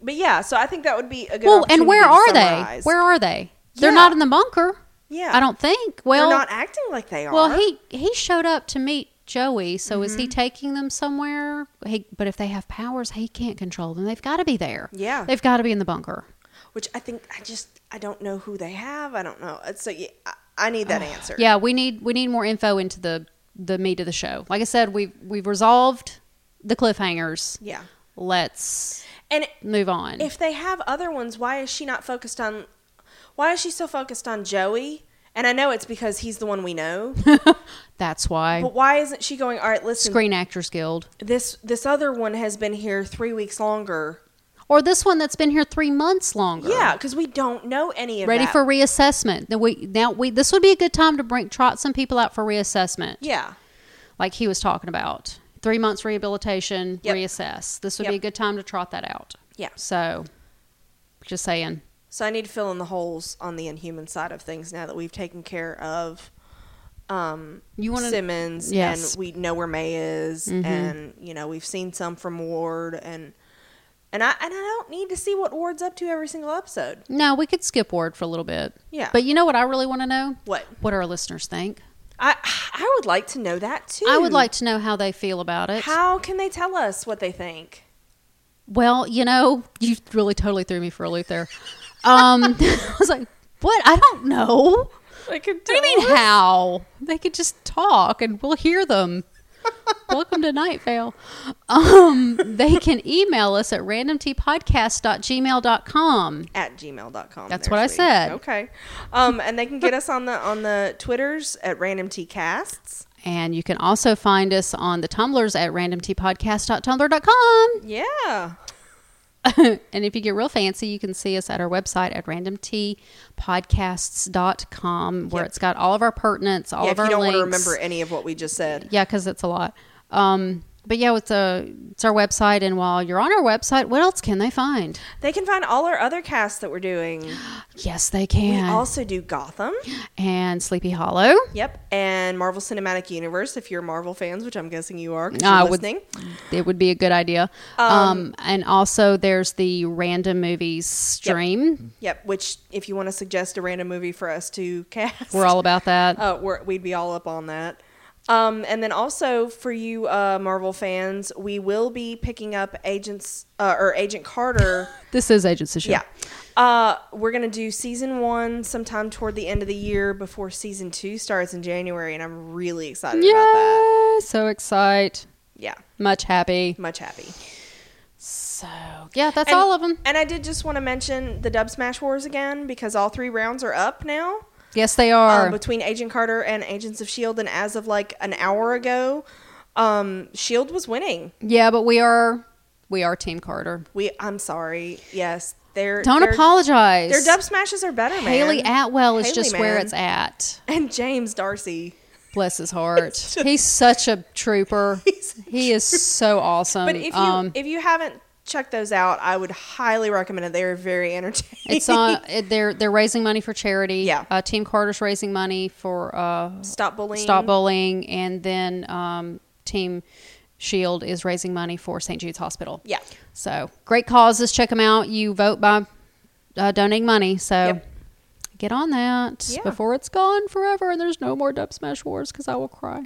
Speaker 1: But yeah, so I think that would be a good
Speaker 2: Well, and where are
Speaker 1: opportunity to
Speaker 2: they?
Speaker 1: summarize.
Speaker 2: Where are they? They're
Speaker 1: Yeah.
Speaker 2: not in the bunker.
Speaker 1: Yeah.
Speaker 2: I don't think. Well,
Speaker 1: they're not acting like they are.
Speaker 2: well, he he showed up to meet Joey. So is
Speaker 1: Mm-hmm.
Speaker 2: he taking them somewhere? He, but if they have powers, he can't control them. They've got to be there.
Speaker 1: Yeah.
Speaker 2: they've got to be in the bunker.
Speaker 1: which I think I just I don't know who they have. I don't know. So yeah, I, I need that answer.
Speaker 2: Yeah, we need we need more info into the the meat of the show. Like I said, we've we've resolved the cliffhangers.
Speaker 1: Yeah.
Speaker 2: Let's
Speaker 1: And
Speaker 2: move on.
Speaker 1: if they have other ones, why is she not focused on? Why is she so focused on Joey? And I know it's because he's the one we know,
Speaker 2: That's why
Speaker 1: but why isn't she going? All right, listen.
Speaker 2: Screen Actors Guild
Speaker 1: This this other one has been here three weeks longer.
Speaker 2: or this one that's been here three months longer.
Speaker 1: Yeah, because we don't know any of
Speaker 2: Ready
Speaker 1: that.
Speaker 2: for reassessment. Then we now we this would be a good time to bring trot some people out for reassessment,
Speaker 1: yeah,
Speaker 2: like he was talking about. Three months rehabilitation,
Speaker 1: Yep.
Speaker 2: reassess. This would be a
Speaker 1: Yep.
Speaker 2: good time to trot that out.
Speaker 1: yeah.
Speaker 2: So, just saying.
Speaker 1: So I need to fill in the holes on the inhuman side of things now that we've taken care of um,
Speaker 2: You wanna-
Speaker 1: Simmons
Speaker 2: Yes. Mm-hmm.
Speaker 1: and we know where May is and you know we've seen some from Ward and and I and I don't need to see what Ward's up to every single episode.
Speaker 2: No, we could skip word for a little bit.
Speaker 1: Yeah.
Speaker 2: But you know what I really want to know?
Speaker 1: What?
Speaker 2: What our listeners think.
Speaker 1: I I would like to know that too.
Speaker 2: I would like to know how they feel about it.
Speaker 1: How can they tell us what they think?
Speaker 2: Well, you know, you really totally threw me for a loop there. Um, I was like, what? I don't know.
Speaker 1: I could
Speaker 2: What do you mean how? They could just talk and we'll hear them. Welcome to Night Vale. Um, they can email us at randomtpodcast.gmail.com.
Speaker 1: at gmail.com.
Speaker 2: That's
Speaker 1: there,
Speaker 2: what I
Speaker 1: sweetie.
Speaker 2: said.
Speaker 1: Okay. Um, and they can get us on the on the Twitters at randomtcasts.
Speaker 2: And you can also find us on the Tumblrs at randomtpodcast.tumblr.com.
Speaker 1: Yeah.
Speaker 2: and if you get real fancy, you can see us at our website at randomtpodcasts.com where
Speaker 1: Yep.
Speaker 2: it's got all of our pertinence, all
Speaker 1: yeah,
Speaker 2: of
Speaker 1: if
Speaker 2: our
Speaker 1: you don't
Speaker 2: links.
Speaker 1: want to remember any of what we just said.
Speaker 2: Yeah, because it's a lot. Um, but yeah, it's a it's our website, and while you're on our website, what else can they find?
Speaker 1: They can find all our other casts that we're doing.
Speaker 2: Yes, they
Speaker 1: We
Speaker 2: can.
Speaker 1: also do Gotham.
Speaker 2: and Sleepy Hollow.
Speaker 1: Yep. And Marvel Cinematic Universe, if you're Marvel fans, which I'm guessing you are 'cause
Speaker 2: I
Speaker 1: you're
Speaker 2: would-
Speaker 1: listening.
Speaker 2: It would be a good idea. Um, and also, there's the random movies stream.
Speaker 1: Yep. Which, if you want to suggest a random movie for us to cast,
Speaker 2: We're all about that.
Speaker 1: uh, we're, we'd be all up on that. Um, and then also for you uh, Marvel fans, we will be picking up Agents uh, or Agent Carter.
Speaker 2: This is Agents of
Speaker 1: yeah. Uh, we're going to do season one sometime toward the end of the year before season two starts in January. And I'm really excited about that.
Speaker 2: E Yeah. So excited.
Speaker 1: Yeah.
Speaker 2: Much happy.
Speaker 1: Much happy.
Speaker 2: So, yeah, that's
Speaker 1: And-
Speaker 2: all of them.
Speaker 1: And I did just want to mention the Dub Smash Wars again because all three rounds are up now.
Speaker 2: Yes, they
Speaker 1: um,
Speaker 2: are.
Speaker 1: between Agent Carter and Agents of Shield, E and as of like an hour ago, um, Shield was winning.
Speaker 2: yeah, but we are we are Team Carter.
Speaker 1: We, I'm sorry, yes, they're
Speaker 2: Don't
Speaker 1: they're,
Speaker 2: apologize.
Speaker 1: Their dub smashes are better, man.
Speaker 2: Haley Atwell is
Speaker 1: Haley,
Speaker 2: just where
Speaker 1: man.
Speaker 2: it's at.
Speaker 1: and James Darcy.
Speaker 2: Bless his heart. he's such a trooper.
Speaker 1: He's a
Speaker 2: he is so awesome.
Speaker 1: But if you
Speaker 2: um,
Speaker 1: if you haven't checked those out, I would highly recommend it. They are very entertaining.
Speaker 2: it's on. it- They're they're raising money for charity.
Speaker 1: Yeah.
Speaker 2: Uh, Team Carter's raising money for uh,
Speaker 1: Stop bullying.
Speaker 2: Stop Bowling, and then um, Team Shield is raising money for St. Jude's Hospital.
Speaker 1: Yeah.
Speaker 2: So great causes. Check them out. You vote by uh, donating money. So
Speaker 1: Yep.
Speaker 2: get on that
Speaker 1: Yeah.
Speaker 2: before it's gone forever and there's no more Dub Smash Wars because I will cry.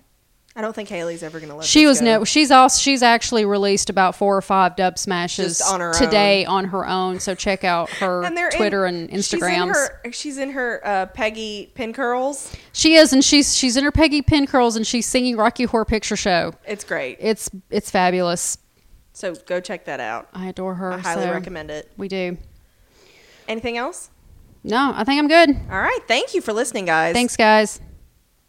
Speaker 1: I don't think Haley's ever gonna let.
Speaker 2: She
Speaker 1: this
Speaker 2: was
Speaker 1: go.
Speaker 2: no. She's also she's actually released about four or five dub smashes
Speaker 1: Just on her
Speaker 2: today on her own. So check out her
Speaker 1: they're in-
Speaker 2: Twitter and
Speaker 1: she's in
Speaker 2: Instagrams.
Speaker 1: her- She's in her, uh, Peggy pin curls.
Speaker 2: she is, and she's she's in her Peggy Pin curls, and she's singing Rocky Horror Picture Show.
Speaker 1: It's great.
Speaker 2: It's it's fabulous.
Speaker 1: So go check that out.
Speaker 2: I adore her.
Speaker 1: I highly
Speaker 2: so
Speaker 1: recommend it.
Speaker 2: We do.
Speaker 1: Anything else?
Speaker 2: No, I think I'm good.
Speaker 1: All right. Thank you for listening, guys.
Speaker 2: Thanks, guys.